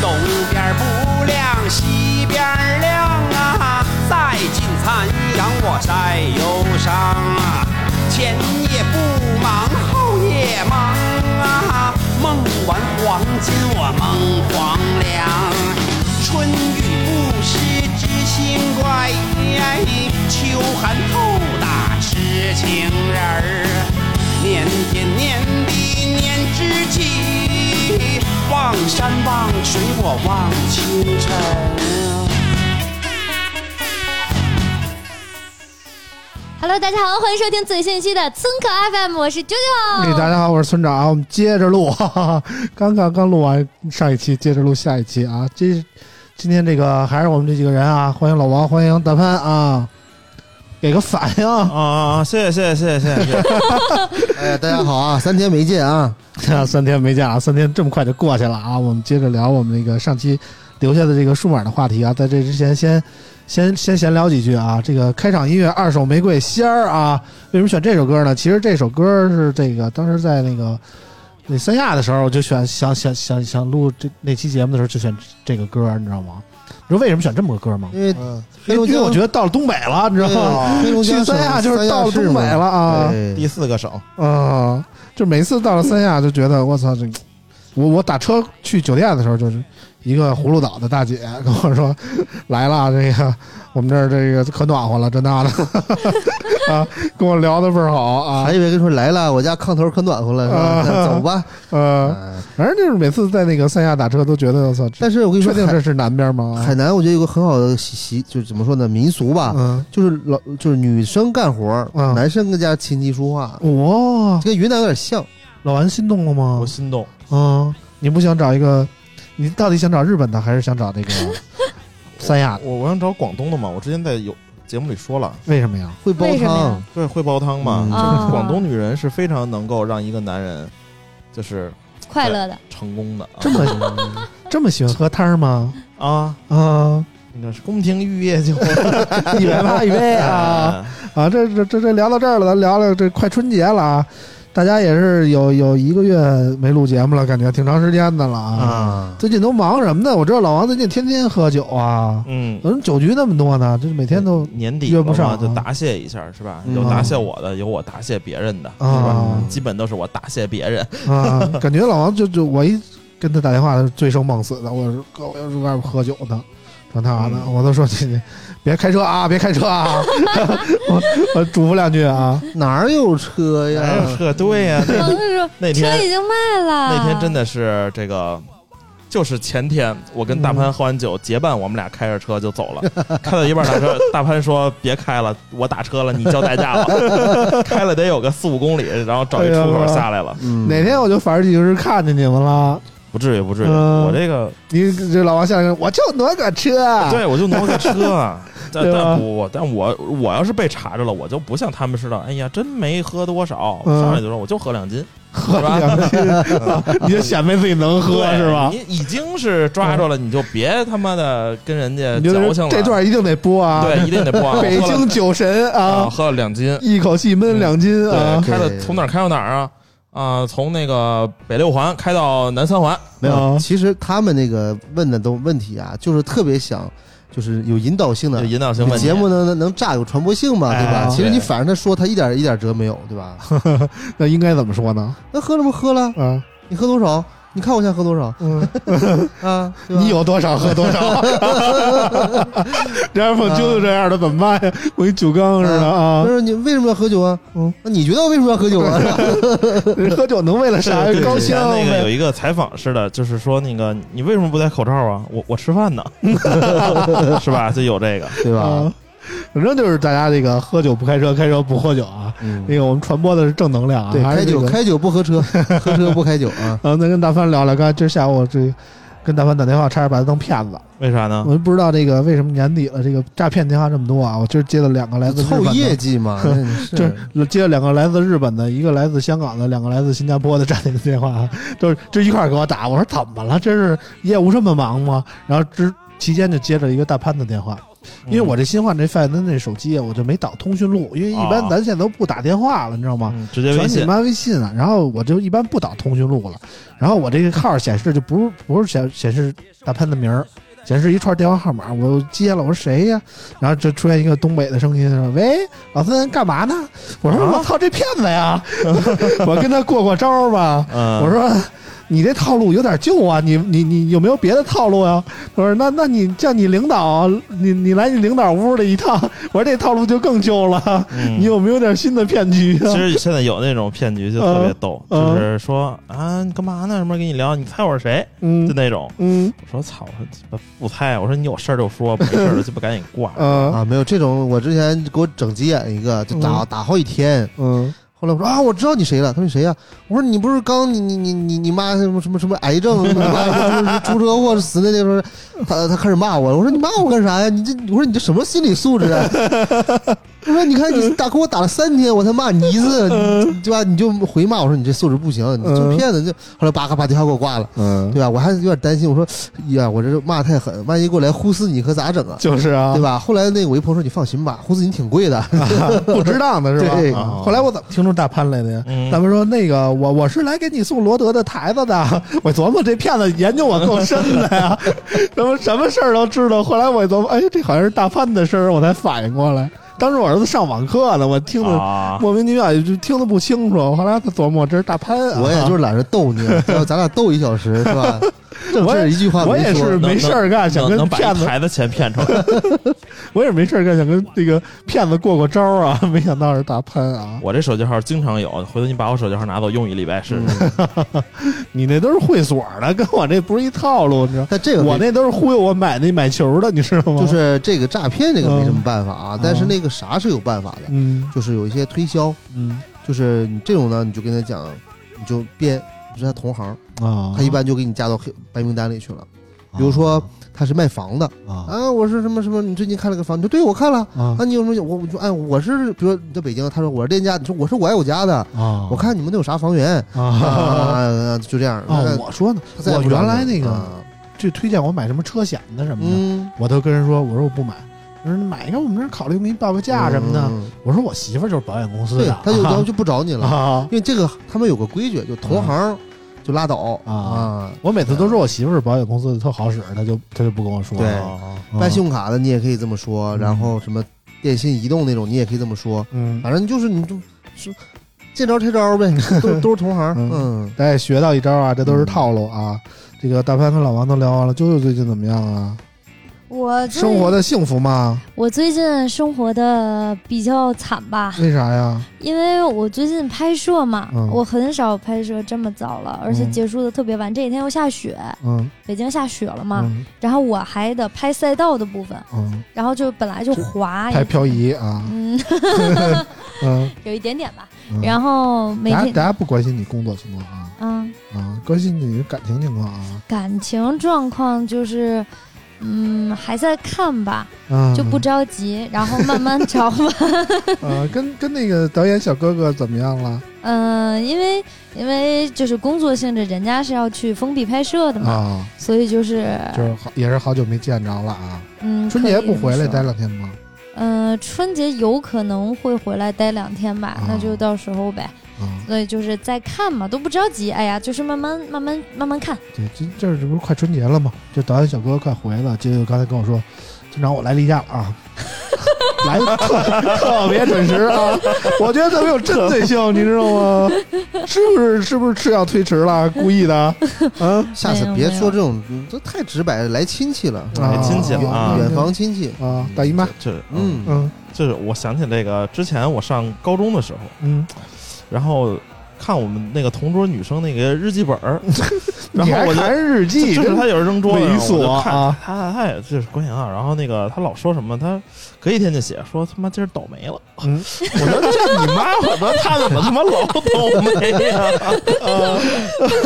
东边儿不亮西边儿亮啊，再进残阳我晒忧伤啊，前夜不忙后夜忙啊，梦完黄金我梦黄粱，春雨不湿知心怪，秋寒透打痴情人儿。年天年地年知己，望山望水我望清晨。 Hello，大家好，欢迎收听最新一期的村口 FM，我是啾嘿，哎大啾。家好，我是村长，我们接着录， 哈哈哈刚刚刚录完上一期，接着录下一期啊。这今天这个还是我们这几个人啊，欢迎老王，欢迎大潘啊，给个反应啊，啊，谢谢谢谢谢谢谢谢，哎，大家好啊！三天没见啊， 啊三天没见啊，三天这么快就过去了啊。我们接着聊我们那个上期留下的这个数码的话题啊，在这之前先先先闲聊几句啊。这个开场音乐《二手玫瑰》仙儿啊，为什么选这首歌呢？其实这首歌是这个当时在那个那三亚的时候，我就选想想想想录这那期节目的时候就选这个歌，你知道吗？你知道为什么选这么个歌吗？因为嗯黑因龙为因江，为我觉得到了东北了，你知道吗？对黑龙江去省三亚就是三到了市东北嘛了啊。对第四个手，啊，就每次到了三亚就觉得我操这，我我打车去酒店的时候，就是一个葫芦岛的大姐跟我说 来了，这个我们这儿这个可暖和了，这那的 啊，跟我聊的倍儿好啊还，以为跟说来了，我家炕头可暖和了，是啊吧？那走吧。呃，啊反正就是每次在那个三亚打车都觉得我操，这但是我跟你确说，定海这是南边吗？海南我觉得有个很好的习习，就是怎么说呢，民俗吧，嗯，就是老就是女生干活儿，嗯男生跟家琴棋书画，哇这，跟云南有点像。老王心动了吗我？心动，嗯，你不想找一个，你到底想找日本的还是想找那个三亚的？我我想找广东的嘛，我之前在有节目里说了，为什么呀？会煲为什么呀汤，对，会煲汤嘛，嗯就是啊广东女人是非常能够让一个男人就是快乐的，成功的啊，这么这么喜欢喝汤儿吗？啊，啊，那是宫廷玉液酒，一百八一杯啊啊，啊！这这这这聊到这儿了，咱聊聊这快春节了啊，大家也是有有一个月没录节目了，感觉挺长时间的了啊。啊，最近都忙什么呢？我知道老王最近天天喝酒啊， 嗯，怎么酒局那么多呢？这每天都年底约不上了嘛啊就答谢一下是吧？嗯有答谢我的，有我答谢别人的，是吧啊？基本都是我答谢别人，啊，感觉老王就就我一跟他打电话，他是醉生梦死的。我说哥，我要是外边喝酒呢，说那啥呢，嗯我都说你你别开车啊，别开车 啊，我我嘱咐两句啊。哪有车哎呦，呀？这对呀，那我是说那天车已经卖啊了，那天真的是这个，就是前天我跟大嗯潘喝完酒结伴，我们俩开着车就走了， 开到一半打车， 大潘说别开了，我打车了，你叫代驾吧。 开了得有个四五公里，然后找一出口下来了，嗯哪天我就反正就是看见你们了，不至于不至于，嗯我这个你这老王下来，我就挪个车， 对我就挪个车啊，但对吧但不不，但我我要是被查着了，我就不像他们似的，哎呀，真没喝多少，嗯上来就说我就喝两斤，喝是吧两斤，你就显摆自己能喝对是吧嗯你？已经是抓着了，你就别他妈的跟人家你觉矫得情了。这段一定得播啊！啊对，一定得播。北我喝了京酒神啊，啊，喝了两斤，一口气闷两斤啊对，！开了对从哪儿开到哪儿啊？啊，从那个北六环开到南三环，没有，啊其实他们那个问的都问题啊，就是特别想，就是有引导性就嗯的。引导性你问题。节目能能炸有传播性嘛，对吧？哎其实你对反正他说他一点一点辙没有，对吧？那应该怎么说呢？那喝了吗？喝了，啊，你喝多少？你看我现在喝多少嗯，啊？对吧你有多少喝多 少。然后就就这样的怎么办呀？我一酒缸似的啊他，说你为什么要喝酒啊？嗯，那你觉得我为什么要喝酒啊？ 喝酒能为了啥对？对高之兴啊前那个有呗。一个采访似的，就是说那个你为什么不戴口罩啊？我我吃 饭呢，是吧？就有这个，对吧啊？，反正就是大家这个喝酒不开车，开车不喝酒啊。嗯，那个我们传播的是正能量啊，对，还开是这酒个开酒不喝车， 喝车不开酒 啊。然后再跟大帆聊聊，刚才今儿下午我这跟大帆打电话，差点把他当骗子。啊为啥呢我？就不知道这个为什么年底了，这个诈骗电话这么多啊！我今儿接了两个来自日凑本业的，绩嘛，那你就是是接了两个来自日本的，一个来自香港的，两个来自新加坡的诈骗电话，啊，就是就一块儿给我打。我说怎么了？这是业务这么忙吗？然后之期间就接着一个大潘的电话，嗯因嗯为我这新换这范森那手机啊，我就没导通讯录，因为一般啊咱现在都不打电话了，你知道吗？嗯直接微全你信，妈微信啊！然后我就一般不导通讯录了，然后我这个号显示就不是不是显显示大潘的名儿，显示一串电话号码，我接了，我说谁呀？然后就出现一个东北的声音说：“喂，老三干嘛呢？”我说：“啊我操，这骗子呀！ 我跟他过过招儿吧。”嗯，我说。你这套路有点旧啊，你你你有没有别的套路呀、他说那那你叫你领导，你你来你领导屋里一趟。我说这套路就更旧了，嗯你有没有点新的骗局啊？其实现在有那种骗局就特别逗，嗯嗯就是说啊，你干嘛呢？什么跟你聊？你猜我是谁？就嗯那种。嗯我说操，我说不猜。我说你有事儿就说，没事儿就鸡巴赶紧挂。呃啊，没有这种。我之前给我整急眼一个，就打嗯打好几天。嗯后来我说啊，我知道你谁了。他说你谁呀、我说你不是刚你你你你你妈什么什么什么癌症， 你妈什么出车祸死的那个时候，他他开始骂我。我说你骂我干啥呀？你这我说你这什么心理素质啊？ 我说你看你打给我打了三天，我才骂你 一次，你对吧？你就回骂我说你这素质不行，你就嗯骗子。就后来叭咔把电话给我挂了。嗯，对吧？我还有点担心，我说，哎呀，我这骂太狠，万一过来呼死你可咋整啊？就是啊对，吧？后来那我一朋友说，你放心吧，呼死你挺贵的，不值当的是吧？对哦啊后来我怎么听出大潘来的呀？嗯大潘说：“那个我我是来给你送罗德的台子的。” 我琢磨这骗子研究我够深的呀， 什么什么事儿都知道。后来我一琢磨，哎，这好像是大潘的声儿，我才反应过来。当时我儿子上网课呢，我 听的啊，莫名其妙，就听得不清楚。后来他琢磨这是大潘啊， 我也就是懒得逗你， 要咱俩逗一小时是吧？正我也事一句话我也没说是没事儿干，想能跟能把骗一子台子钱骗出来。我也没事儿干，想跟这个骗子过过招儿啊，没想到是大潘啊！我这手机号经常有，回头你把我手机号拿走用一礼拜试试。嗯你那都是会所的，跟我这不是一套路，你知道？但这个我没那都是忽悠我买那买球的，你知道吗？就是这个诈骗，这个没什么办法啊。嗯但是那个啥是有办法的，嗯就是有一些推销，嗯就是你这种呢，你就跟他讲，你就编，你是他同行，啊，他一般就给你加到黑白名单里去了。比如说他是卖房的啊啊，我是什么什么，你最近看了个房，你说对我看了。啊那你有什么？我我就哎，我是比如说你在北京，他说我是链家，你说我是我爱我家的，啊！我看你们都有啥房 源啊啊啊，就这样。啊那！我说呢，他再也我不找原你来那个啊就推荐我买什么车险的什么的，嗯我都跟人说，我说我不买。他说你买一个，我们这儿考虑给你报报价什么的。嗯我说我媳妇儿就是保险公司对的，，他就啊就就不找你了，啊因为这个他们有个规矩，就同行就拉倒啊啊。我每次都说我媳妇儿是保险公司的，特好使，他就他就不跟我说。对啊办信用卡的你也可以这么说，嗯然后什么电信、移动那种你也可以这么说，嗯，反正就是你就是见招拆招呗，都都是同行。嗯嗯，大家也学到一招啊，这都是套路啊。这个大潘和老王都聊完了，啾啾最近怎么样啊？我最生活的幸福吗？我最近生活的比较惨吧，为啥呀？因为我最近拍摄嘛，嗯我很少拍摄这么早了，而且结束的特别晚。这几天又下雪，嗯北京下雪了嘛，嗯然后我还得拍赛道的部分，嗯，然后就本来就就滑，拍漂移啊，嗯，嗯，有一点点吧。嗯然后每大家天，大家不关心你工作情况啊嗯，啊，关心你的感情情况啊。感情状况就是，嗯，还在看吧，啊，就不着急，然后慢慢找吧。 啊，跟跟那个导演小哥哥怎么样了嗯、因为因为就是工作性质，人家是要去封闭拍摄的嘛，啊？所以就是就是好也是好久没见着了啊。嗯，春可节以不回来这待么说。两天吗？嗯、春节有可能会回来待两天吧，啊那就到时候呗。啊，所以就是再看嘛，都不着急。哎呀，就是慢慢慢慢慢 慢看。对，这这这不是快春节了吗？这导演小哥哥快回来了，就刚才跟我说，村长我来例假了啊， 来得特特别准时啊，我觉得特别有针对性，你知道吗？是不是是不是吃药推迟了，故意的？嗯下次没有别没有说这种，嗯这太直白了，来亲戚了，啊来亲戚了啊远房亲戚，啊，大姨妈，这嗯，嗯就是我想起这个，之前我上高中的时候，嗯，然后看我们那个同桌女生那个日记本 儿，然你后还我就看日记，就是她有人扔桌子，猥然后我琐就看啊她，她也就是关心啊。然后那个她老说什么，她隔一天就写说他妈今儿倒霉了。嗯我说这你妈，我说她怎么他妈老倒霉呀、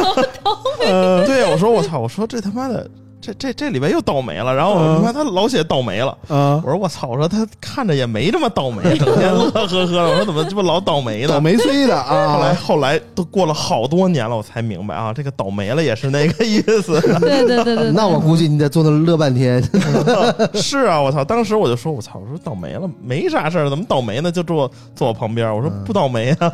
老倒霉。对，我说我操，我说这他妈的。这这这礼拜又倒霉了，然后我嗯说他老写倒霉了，啊我，说我操，我说他看着也没这么倒霉，整天乐呵呵的，我说怎么这么老倒霉呢？倒霉催的后 来啊，后来都过了好多年了，我才明白啊，这个倒霉了也是那个意思。对对对对那我估计你得坐那儿乐半天， 是啊，我操！当时我就说，我操，我说倒霉了，没啥事儿，怎么倒霉呢？就坐坐我旁边，我说嗯不倒霉啊，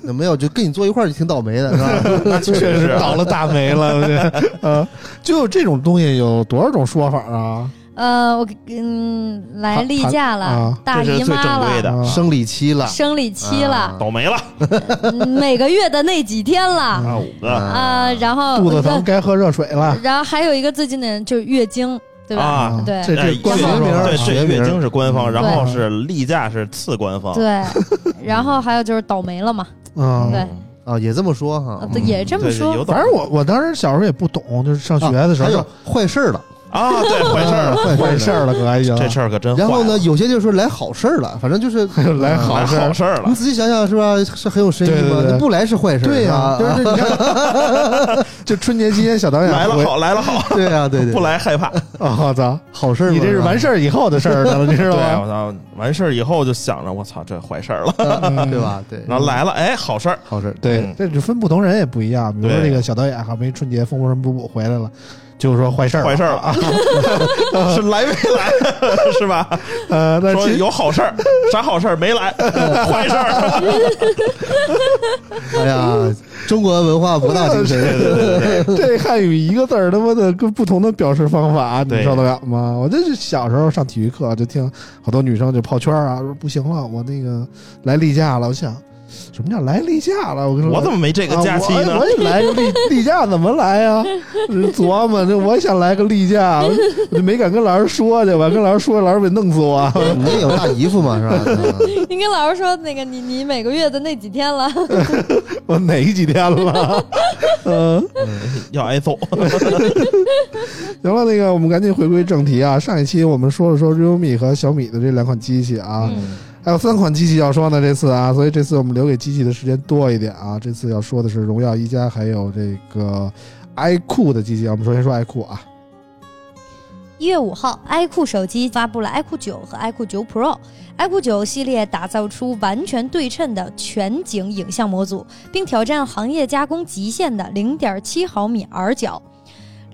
没有就跟你坐一块儿就挺倒霉的，是吧？ 那确确实啊实倒了大霉了，这 啊，就这种东西有多少种说法啊？呃，我嗯来谈例假了，啊 大这是姨最妈正规了，的，啊生理期了，生理期啊了，倒霉了嗯 每个月的那几天了啊，五个啊、嗯然后肚子一个疼，该喝热水了。然后还有一个最近的就是月经，对吧？啊。对这这哎官学方名说儿法对，这学名月经是官方，嗯然后是例假是次官啊方。对，然后还有就是倒霉了嘛，嗯，对嗯啊，也这么说哈呃，也这么对有倒说，反正我我当时小时候也不懂，就是上学的时啊还有候坏事儿了，啊，对，坏事儿啊了，就坏嗯坏事事儿儿了，可还行。这事儿可真坏然了。后呢，有些就是说来好事儿了，反 正就是还有来好来事儿好事儿了你，仔细想想是吧，是很有深意对对吗？对那不来是坏事儿，啊对呀，是就吧是你看，啊 就春节期间小导演来嗯回了好，来了好，对呀，对对，不来害怕。啊，我操，好事儿嘛，你这是吧完事儿以后的事儿了，你知道对，吗我？操，完事儿以后就想着我操，这坏事儿了。嗯对？吧？对，然后来了，哎，好事儿，好事儿，对嗯，这就分不同人也不一样。比如说对这个小导演哈，没春节风尘仆仆回来了，就是说坏事儿，坏事儿了， 是来没来 是吧？呃，那说其实有好事儿，啥好事儿没来，坏事儿。哎呀，中国文化博大精深， 这汉语一个字儿他妈的跟不同的表示方法，你对受得了吗？我就是小时候上体育课就听好多女生就泡圈儿啊，说不行了，我那个来例假了。我想什么叫来例假了？我跟你说，我怎么没这这个假期呢啊我？哎我也来个例例假怎么来呀、琢磨这我也想来个例假，我就没敢跟老师说去，我要跟老师说，老师得弄死我。你也有大姨夫嘛，是吧？你跟老师说那个你你每个月的那几天了，我哪几天了？嗯。要挨揍。行了，那个我们赶紧回归正题啊！上一期我们说了说 realme 和小米的这两款机器啊，嗯还有三款机器要说呢，这次啊，所以这次我们留给机器的时间多一点啊。这次要说的是荣耀一加还有这个 iQOO 的机器啊，我们首先说 iQOO 啊，一月五号，iQOO 手机发布了 iQOO 九和 iQOO 九 Pro。iQOO 九系列打造出完全对称的全景影像模组，并挑战行业加工极限的零点七毫米 R 角。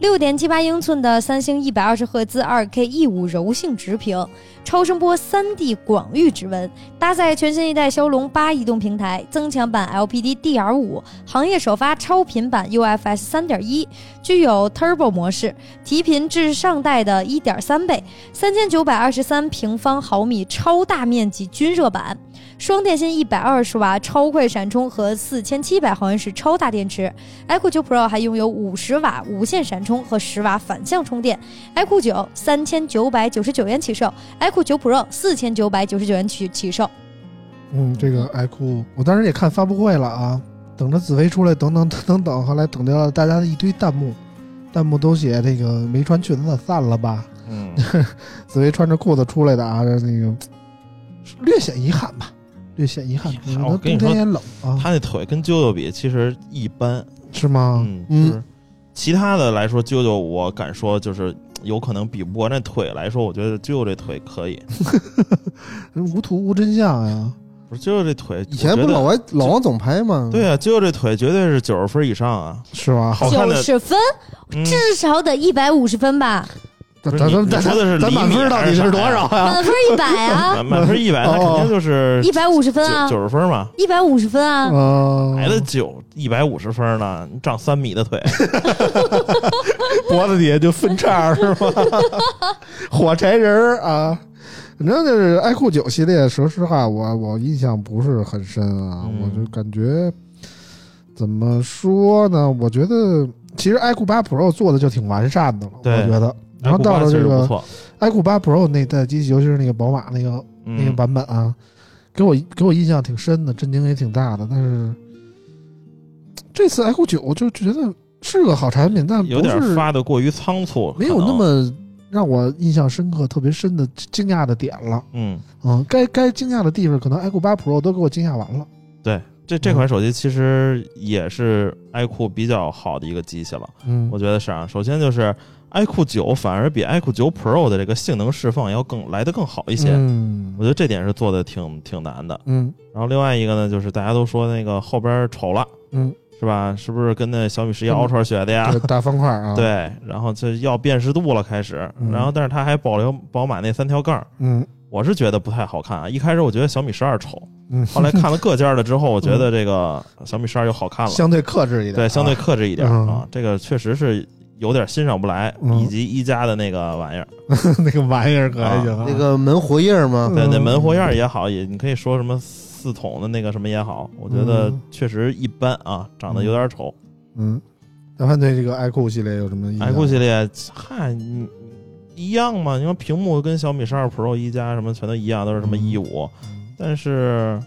六点七八英寸的三星一百二十赫兹二 K E 五柔性直屏，超声波三 D 广域指纹，搭载全新一代骁龙八移动平台，增强版 LPD DR 五，行业首发超频版 UFS 三点一，具有 Turbo 模式，提频至上代的1.3倍，三千九百二十三平方毫米超大面积均热板，双电芯一百二十瓦超快闪充和四千七百毫安时超大电池。iQOO 9 Pro 还拥有五十瓦无线闪充和十瓦反向充电。iQOO 9三千九百九十九元起售，iQOO 9 Pro 四千九百九十九元起起售。嗯，这个 iQOO 我当时也看发布会了啊，等着紫薇出来，等等等等等，后来等掉了大家的一堆弹幕，弹幕都写这个没穿裙子散了吧，嗯，紫薇穿着裤子出来的啊，那个略显遗憾吧，略显遗憾，哎因呀为它我跟冬天你说也冷啊， 他那腿跟啾啾比，其实一般。是吗？嗯嗯就是其他的来说，啾啾我敢说就是有可能比不过那腿来说，我觉得就这腿可以，无图无真相呀。不是就这腿。以前我觉不得老王老王总拍吗？对啊，就这腿绝对是九十分以上啊，是吧？好看九的。十分，嗯至少得一百五十分吧，咱不是咱咱你咱你说的是咱厘满米分到底还是是啥多呀少 呀？满分一百啊，满满分一百，那哦肯定就是一百五十分啊九，九十分嘛，一百五十分啊，嗯来了九一百五十分呢，你长三米的腿，脖子底下就分叉是 吧？火柴人儿啊，反正就是爱酷九系列。说实话，我我印象不是很深啊，嗯我就感觉怎么说呢？我觉得其实爱酷八 Pro 做的就挺完善的了，对我觉得。 然后到了这确实不个错，爱酷八 Pro 那代机器，尤其是那个宝马那个那个嗯，版本啊，给我给我印象挺深的，震惊也挺大的。但是这次 iQOO 九，我就觉得是个好产品，但有不点是发的过于仓促，没有可能那么让我印象深刻、特别深的惊讶的点了。嗯。嗯，该该惊讶的地方，可能 iQOO 八 Pro 都给我惊讶完了。这这嗯款手机其实也是 iQOO 比较好的一个机器了，嗯我觉得是啊。首先就是 iQOO 九反而比 iQOO 九 Pro 的这个性能释放要更来的更好一些，嗯我觉得这点是做的挺挺难的。嗯然后另外一个呢，就是大家都说那个后边丑了，嗯，是吧？是不是跟那小米十一嗯 Ultra 学的呀这？大方块啊，，对，然后这要辨识度了开始，嗯然后但是它还保留宝马那三条杠，嗯我是觉得不太好看啊。一开始我觉得小米十二丑，嗯，后来看了各家的之后，我觉得这 个小米十二又好看了，相对克制一点啊，对，相对克制一点嗯啊。这个确实是有点欣赏不来，嗯以及一加的那个玩意儿，啊 那个玩意儿可还行啊，那个门活页吗？对，那嗯门活样也好，也你可以说什么四筒的那个什么也好，我觉得嗯确实一般啊，长得有点丑。嗯，咱们对这个 iQOO 系列有什么意见 iQOO 哎系列，嗨，你一样嘛？你说屏幕跟小米十二 Pro 一加什么全都一样，都是什么嗯一五，但是。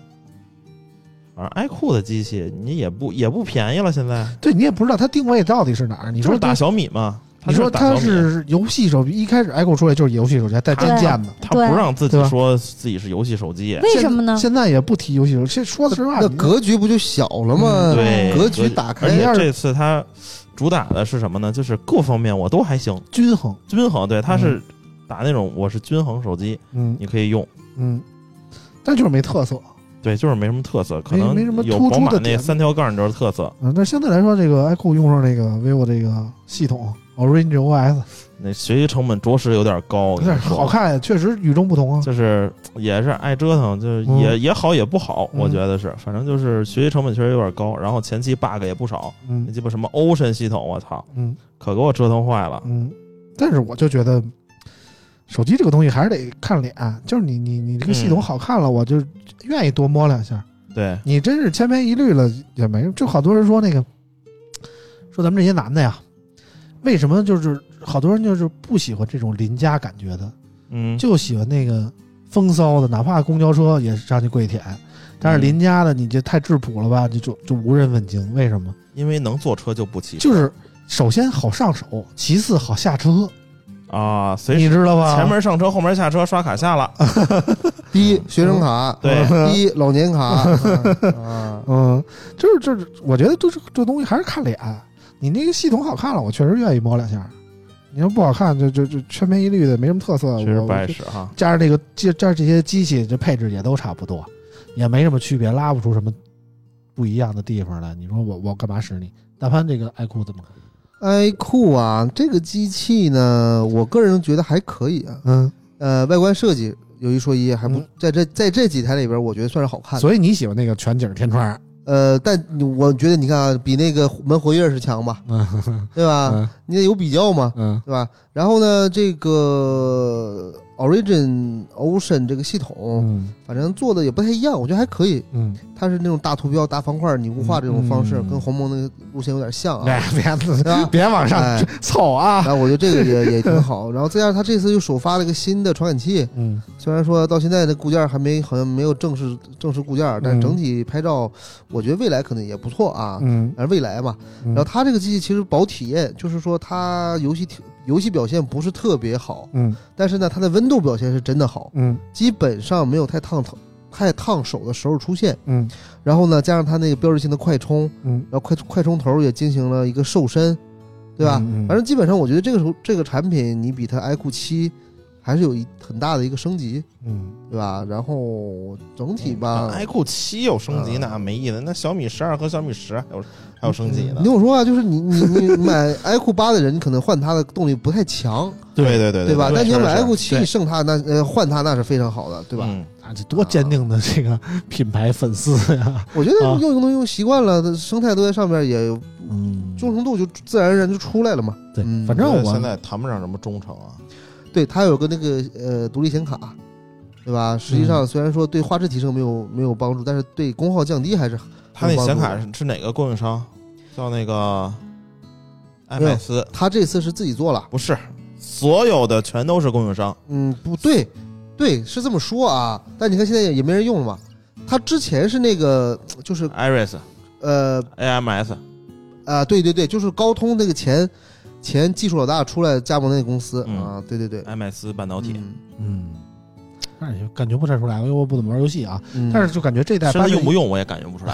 反正 iQOO 的机器你也不也不便宜了，现在对你也不知道它定位到底是哪儿。你就是说打它，小米嘛？它你说就是打它小米是游戏手机，一开始 iQOO 出来就是游戏手机，还带对真键的。他不让自己对吧说自己是游戏手机，为什么呢？现在也不提游戏手机。其实说实话，那你格局不就小了嗯吗？对格局打开而且哎这次他主打的是什么呢？就是各方面我都还行，均衡，均衡。对，他是打那种我是均衡手机，嗯你可以用。嗯，但就是没特色。对，就是没什么特色，可能没什么有突出宝马的那点三条杠就是特色，嗯，但相对来说，这个 iQOO 用上这个 vivo 这个系统 Orange OS 那学习成本着实有点高，有点你说好，看，确实与众不同啊。就是也是爱折腾，就是嗯也也好也不好，嗯我觉得是，反正就是学习成本确实有点高，然后前期 bug 也不少，那嗯鸡巴什么 Ocean 系统，我操，嗯可给我折腾坏了。嗯，但是我就觉得。手机这个东西还是得看脸，就是你你你这个系统嗯好看了，我就愿意多摸两下。对，你真是千篇一律了也没，就好多人说那个，说咱们这些男的呀，为什么就是好多人就是不喜欢这种邻家感觉的，嗯，就喜欢那个风骚的，哪怕公交车也上去跪舔，但嗯是邻家的你这太质朴了吧，就就就无人问津，为什么？因为能坐车就不骑车，就是首先好上手，其次好下车，啊，随时你知道吧？前门上车，后门下车，刷卡下了。第一学生卡，对第一老年卡，啊，嗯，就是就是，我觉得就是这东西还是看脸。你那个系统好看了，我确实愿意摸两下。你要不好看，就就就千篇一律的，没什么特色。确实我不我碍就事哈。加上这个加加上这些机器，这配置也都差不多，也没什么区别，拉不出什么不一样的地方来。你说我我干嘛使你？但凡这个爱酷怎么看？ iQOO 啊，这个机器呢，我个人觉得还可以啊。嗯，呃，外观设计有一说一，还不嗯在这在这几台里边，我觉得算是好看的。所以你喜欢那个全景天窗？呃，但我觉得你看啊，比那个门活页是强吧， 嗯对吧？你得有比较嘛，嗯对吧？然后呢，这个 Origin Ocean 这个系统，嗯反正做的也不太一样，我觉得还可以。嗯，它是那种大图标、大方块拟物化这种方式，嗯跟鸿蒙那个路线有点像啊。哎 别对吧别往上哎凑啊！ 然后我觉得这个也也挺好。然后再加上它这次又首发了一个新的传感器，嗯虽然说到现在的固件还没好像没有正式正式固件，但嗯整体拍照，我觉得未来可能也不错啊。嗯，而未来嘛，然然后它这个机器其实保体验，就是说它游戏体游戏表现不是特别好，嗯但是呢，它的温度表现是真的好，嗯基本上没有太烫头、太烫手的时候出现。嗯然后呢，加上它那个标志性的快充，嗯然后快快充头也进行了一个瘦身，对吧？嗯嗯反正基本上，我觉得这个时候这个产品你比它 iQOO 七还是有一很大的一个升级，嗯，对吧？然后整体吧， ，iQOO 七有升级那嗯没意思，那小米十二和小米十还有还有升级呢嗯你。听我说啊，就是你你你买 iQOO 八的人，你可能换它的动力不太强，对对对对吧？但你要买 iQOO 七，对你剩它那呃换它那是非常好的，对吧？嗯啊，这多坚定的这个品牌粉丝呀！我觉得啊用用能用习惯了，生态都在上面，也嗯，忠诚度就自然而然就出来了嘛。对嗯，反我正觉得现我在谈不上什么忠诚啊，对，它有个那个呃独立显卡，对吧？嗯实际上虽然说对画质提升没有没有帮助，但是对功耗降低还是它那有帮显助卡的是是哪个供应商？叫那个爱麦斯？它这次是自己做了。不是，所有的全都是供应商。嗯，不对，对是这么说啊，但你看现在也也没人用了嘛。它之前是那个就是 Iris、呃 AMS，啊，对对对，就是高通那个前前技术老大出来加盟那个公司、嗯啊，对对对，爱麦斯半导体，嗯嗯，但是也感觉不太出来，因为我不怎么玩游戏啊。嗯但是就感觉这一代甚八至十用不用我也感觉不 出来。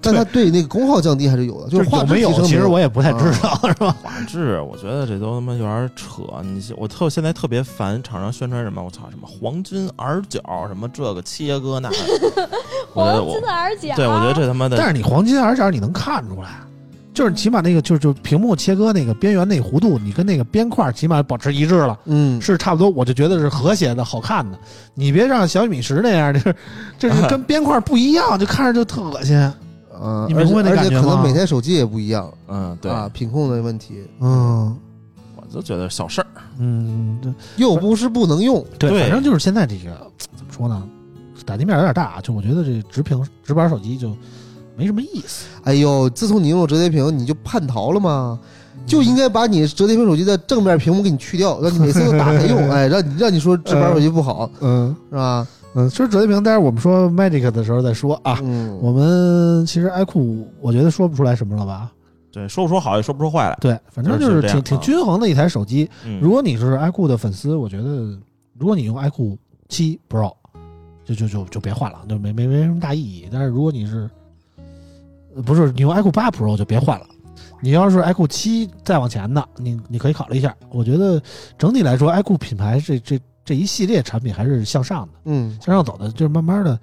但它对那个功耗降低还是有的，就是是画有质没提有升没有。其实我也不太知道，是吧？画质，我觉得这都他妈有点扯。你我特现在特别烦厂商宣传什么，我操，什么黄金耳角，什么这个切割那 个，我觉得我黄金耳角，对我觉得这他妈但的是你黄金耳角你能看出来，就是起码那个就是就是屏幕切割那个边缘那弧度，你跟那个边块起码保持一致了，嗯，是差不多，我就觉得是和谐的、好看的。你别让小米十那样，就是这是跟边块不一样，就看着就特恶心。呃，你而明白且那而感且觉可能吗每台手机也不一样嗯，对，啊，品控的问题嗯我就觉得小事儿。嗯，又不是不能用，对，对反正就是现在这个怎么说呢，打击面有点大啊，就我觉得这直屏直板手机就没什么意思。哎呦，自从你用了折叠屏，你就叛逃了吗？就应该把你折叠屏手机的正面屏幕给你去掉，让你每次都打开用， 哎，让你让你说直板手机不好、嗯是吧？嗯，说折叠屏，待会儿我们说 Magic 的时候再说啊。嗯，我们其实 iQOO 我觉得说不出来什么了吧？对对，说不说好也说不出坏来。对，反正就就是是这挺样挺啊均衡的一台手机。嗯，如果你是 iQOO 的粉丝，我觉得如果你用 iQOO 七 Pro，就就就就别换了，就没没没什么大意义。但是如果你是呃不是你用 iQOO 八 Pro 就别换了。你要是 iQOO 七再往前的，你你可以考虑一下。我觉得整体来说，iQOO 品牌这这这一系列产品还是向上的。嗯，向上走的，就是慢慢的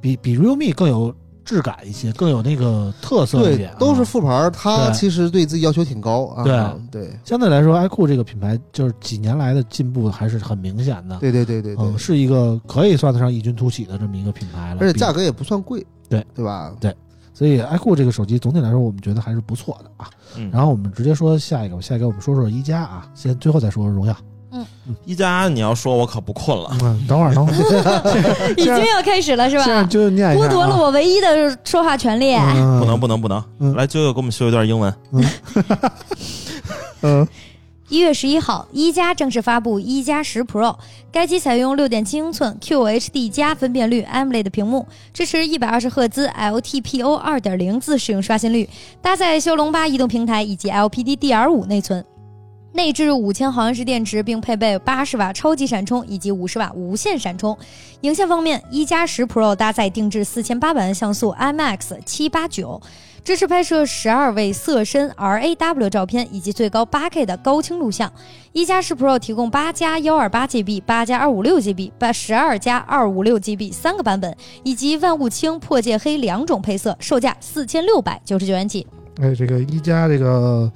比比 realme 更有质感一些，更有那个特色一对点啊。，都是复牌儿，它对其实对自己要求挺高啊。对相对来说，iQOO 这个品牌就是几年来的进步还是很明显的。对对对对对嗯，是一个可以算得上异军突起的这么一个品牌了，而且价格，格也不算贵，对对吧？所以 iQOO 这个手机总体来说，我们觉得还是不错的啊。嗯然后我们直接说下一个，下一个我们说说一加啊，先最后再说说荣耀。一加你要说，我可不困了。嗯，等会儿，等会儿，已经要开始了是吧这？样 就念一下、剥啊，夺了我唯一的说话权利。嗯，不能不能不能！嗯来，啾啾，给我们学一段英文。嗯，一月十一号，一加正式发布一加十 Pro，该机采用六点七英寸 QHD 加分辨率 AMOLED 屏幕，支持一百二十赫兹 LTPO 二点零自适应刷新率，搭载骁龙八移动平台以及 LPDDR5 内存。内置五千毫安时电池，并配备八十瓦超级闪充以及五十瓦无线闪充。影像方面，一加十 Pro 搭载定制四千八百万像素 IMX 七八九，支持拍摄十二位色深 RAW 照片以及最高八 K 的高清录像。一加十 Pro 提供八加幺二八 GB、八加二五六 GB、八十二加二五六 GB 三个版本，以及万物青、破戒黑两种配色，售价四千六百九十九元起。哎，这个一加这个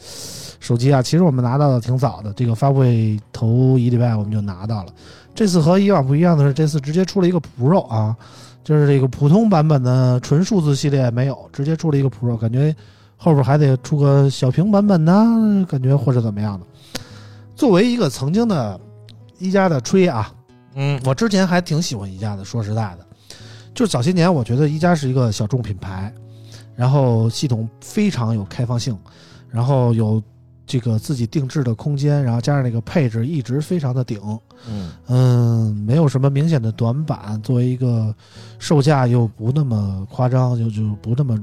手机啊，其实我们拿到的挺早的，这个发布会头一礼拜我们就拿到了。这次和以往不一样的是，这次直接出了一个 Pro 啊，就是这个普通版本的纯数字系列没有，直接出了一个 Pro，感觉后边还得出个小屏版本呢，感觉或者怎么样的。作为一个曾经的一加的吹啊，嗯，我之前还挺喜欢宜家的，说实在的，就是早些年我觉得宜家是一个小众品牌，然后系统非常有开放性，然后有这个自己定制的空间，然后加上那个配置一直非常的顶，嗯，嗯，没有什么明显的短板，作为一个售价又不那么夸张，就就不那么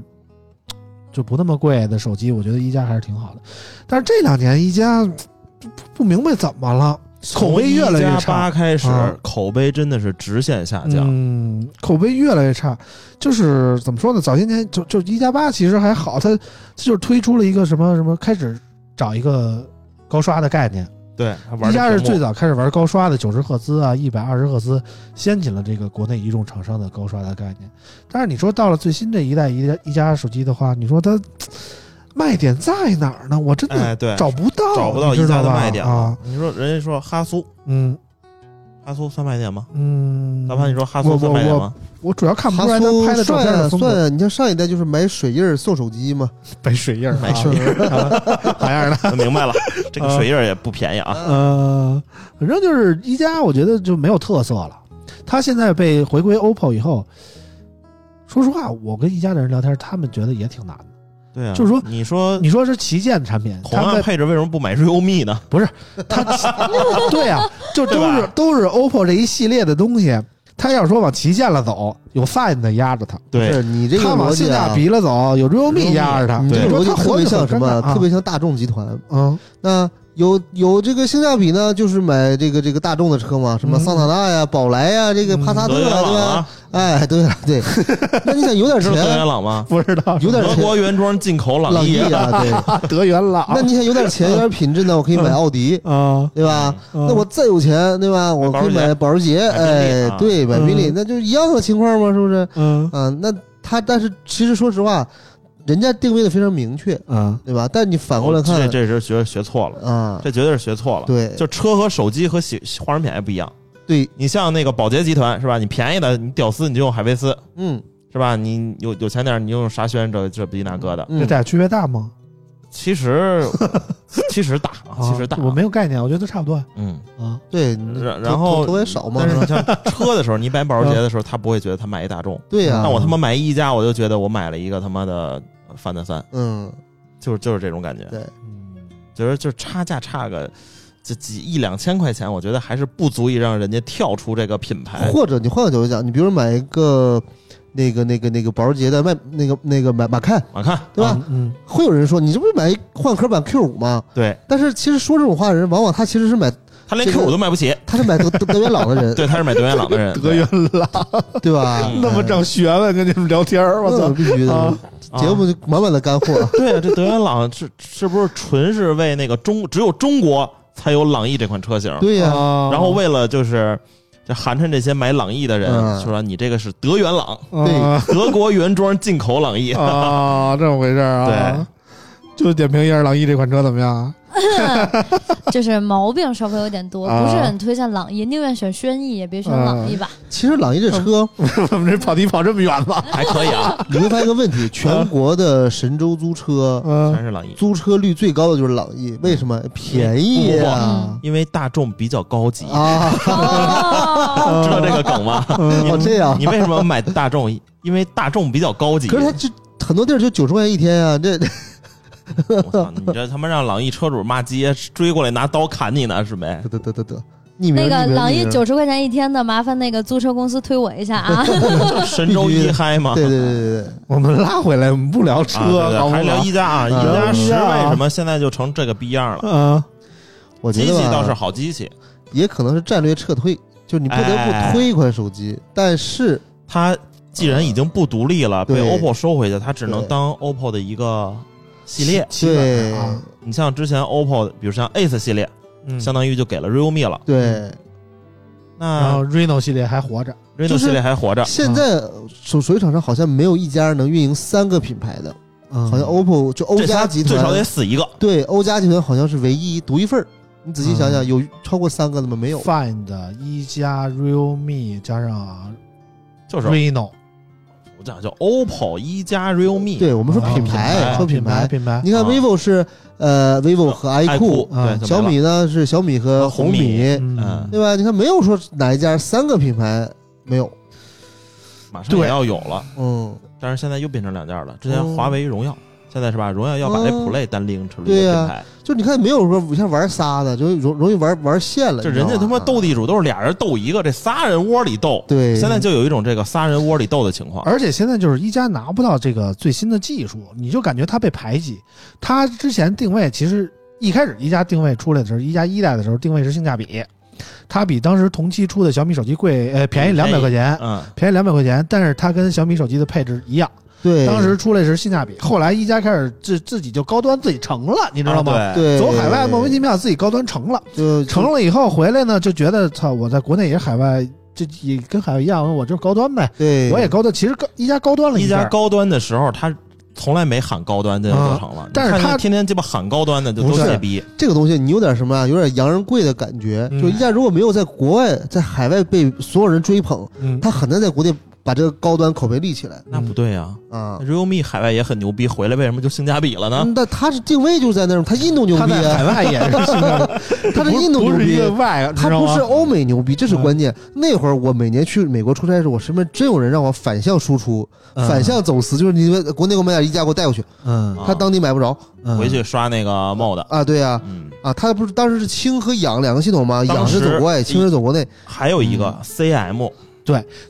就不那么贵的手机，我觉得一加还是挺好的。但是这两年一加不不明白怎么了，口碑越来越从一加差八开始啊，口碑真的是直线下降。嗯，口碑越来越差。就是怎么说呢？早些年就就一加八其实还好，它它就是推出了一个什么什么，开始找一个高刷的概念。对，他玩一这加是屏幕最早开始玩高刷的，九十赫兹啊，一百二十赫兹，掀起了这个国内一众厂商的高刷的概念。但是你说到了最新这一代一加一加手机的话，你说它卖点在哪儿呢？我真的哎，对，找不到，找不到你知一加道的吧卖点了啊。你说人家说哈苏，嗯哈苏算卖点吗？嗯，大潘，你说哈我苏算卖点我吗？我主要看不出哈来他苏拍的照片算的风格，算，你像上一代就是买水印儿送手机嘛，白水印儿啊，买水印 儿，好样的。明白了，这个水印儿也不便宜啊。呃，反正就是一加，我觉得就没有特色了。它现在被回归 OPPO 以后，说实话，我跟一加的人聊天，他们觉得也挺难的。对啊，就是说你说你说是旗舰产品，同他样们配置为什么不买 realme 呢？它 对呀、就都对是吧都是 OPPO 这一系列的东西。他要说往旗舰了走，有 Find 压着他；对，是你这个他往逻性辑价啊，比了走，有 Realme Realme 压着他。你这你说个逻辑他特活别得像很什尴尬么？啊特别像大众集团。嗯那有有这个性价比呢，就是买这个这个大众的车嘛，什么嗯桑塔纳呀、宝来呀、这个帕萨特嗯德元啊，对朗吧啊？，哎，对了， 对。那你想有点知道德钱，元朗吗？不知道有点德钱，国原装进口朗朗逸逸， 啊， 对。德元了啊那你想有点钱，有点品质呢，我可以买奥迪，嗯啊，对吧？那那我再有钱，对吧？我可以买保时捷，哎，买宾啊嗯对，买宾利，那就一样的情况嘛，是不是？嗯啊，那他但是其实说实话，人家定位的非常明确，嗯对吧？但你反过来嗯哦这看这是学学错了，啊，这绝对是学错了。对就车和手机和洗化妆品还不一样。对，你像那个宝洁集团是吧？你便宜的，你屌丝你就用海飞丝嗯，是吧？你有有钱点儿你就用啥轩这这逼那哥的。嗯这俩区别大吗？其实 其实大，啊，其实大啊，我没有概念，我觉得都差不多嗯。啊。对，然然后头头也少嘛但，是你像车的时候，你买保时捷的时候，他不会觉得他买一大 众。对呀，那我他妈买一加，我就觉得我买了一个他妈的范德三，嗯，就是就是这种感觉，对，觉得就是差价差个这几一两千块钱，我觉得还是不足以让人家跳出这个品牌。或者你换个角度讲，你比如买一个那个那个那个保时捷的迈那个那个马马看，我啊看对吧？嗯，会有人说你这不是买一换壳版 Q 五吗？对但是其实说这种话的人，往往他其实是买他连这 Q 个五都买不起，他是买德德德元朗的人， 对，他是买德元朗的人，德云了，对吧？哎嗯那么长学问跟你们聊天儿，我那操！必须的啊，啊节目就满满的干货。对啊，这德元朗是是不是纯是为那个中只有中国才有朗逸这款车型？对啊呀，然啊然后为了就是这寒碜这些买朗逸的人，嗯就说你这个是德元朗，啊德国原装进口朗逸。啊，这么回事儿啊？对，就是点评一下朗逸这款车怎么样？ 啊就是毛病稍微有点多，啊不是很推荐朗逸，宁愿选轩逸也别选朗逸吧。其实朗逸这车， 我们这跑题跑这么远 吗？还可以 啊，你会发现一个问题：全国的神州租车嗯全是朗逸，租车率最高的就是朗逸，为什么？便宜呀！因为大众比较高级，啊，哦，知道这个梗吗？哦这样，你为什么买大众？因为大众比较高级。可是它这很多地儿就九十块钱一天啊，这我操，你这他妈让朗逸车主骂街，追过来拿刀砍你呢是没？ 得得得得得，匿名 那匿个名朗匿逸名九十块钱一天的，麻烦那个租车公司推我一下啊。 神州一嗨吗？对对对对对，我们拉回来，我们不聊车啊，对对好不还聊好？一加啊，一聊加一十加啊为什么现在就成这个逼样了？嗯我觉机得器吧倒是好机器，也可能是战略撤退，就是你不得哎不推一款手机，但是它既然已经不独立了，被对 OPPO 收回去，它只能对当 OPPO 的一个系列。对啊你像之前 OPPO，比如像 Ace 系列，嗯相当于就给了 Realme 了。对，嗯然后那 Reno 系列还活着， Reno 就是系列还活着，现在手手机厂商好像没有一家能运营三个品牌的，好好像 OPPO 就欧这家仨集嗯最少得团，死一个。对欧家集团好像是唯一独一份儿。你仔细想嗯想，有超过三个的吗？没有。 Find 一加 Realme 加上就是 Reno，我讲叫 OPPO 一加 Realme，对我们说啊品品牌牌，说品牌。品牌你看啊 vivo 是呃 vivo 和爱酷，啊对，就没了小米呢是小米和和红红米，嗯嗯对吧？你看没有说哪一家三个品牌没有，马上也对要有了，嗯，但是现在又变成两件了。之哦前华为、荣耀，现在是吧？荣耀要把这哦 Play 单拎成一个对呀品牌，就你看没有说像玩仨的，就容容易玩玩线了。就你知道人家他妈吧斗地主都是俩人斗一个，这仨人窝里斗。对，现在就有一种这个仨人窝里斗的情况。而且现在就是一加拿不到这个最新的技术，你就感觉它被排挤。它之前定位其实一开始一加定位出来的时候，一加一代的时候定位是性价比，它比当时同期出的小米手机贵，呃，便宜两百块钱，嗯，便宜两百块钱，但是它跟小米手机的配置一样，对，当时出来时性价比，后来一加开始自自己就高端自己成了，你知道吗？啊对，对走海外莫名其妙自己高端成了，就成了以后回来呢，就觉得操，我在国内也海外，这也跟海外一样，我就是高端呗，对，我也高端，其实高一加高端了一阵家儿高端的时候，他从来没喊高端这个过程了。但是你看他天天鸡巴喊高端的，就都不是嗯卸逼。这个东西，你有点什么啊？有点洋人贵的感觉。嗯就一下如果没有在国外、在海外被所有人追捧，嗯，他很难在国内把这个高端口碑立起来那不对呀、啊。嗯 realme 海外也很牛逼，回来为什么就性价比了呢？嗯但他是定位就是在那儿，他印度牛他逼在海啊，外也 是性价比， 他是不印度不牛是一逼啊个，外，你他知道不吗是欧美牛逼，这嗯是关键。那会儿我每年去美国出差的时候，我身边真有人让我反向输出、嗯反向走私，就是你们国内给我买点衣架给我带过去，啊嗯，他当地买不着嗯回去刷那个 mod，啊。对呀、嗯，啊，他不是当时是氢和氧两个系统吗？当氧是时走国外，氢是走国内。还有一个 CM，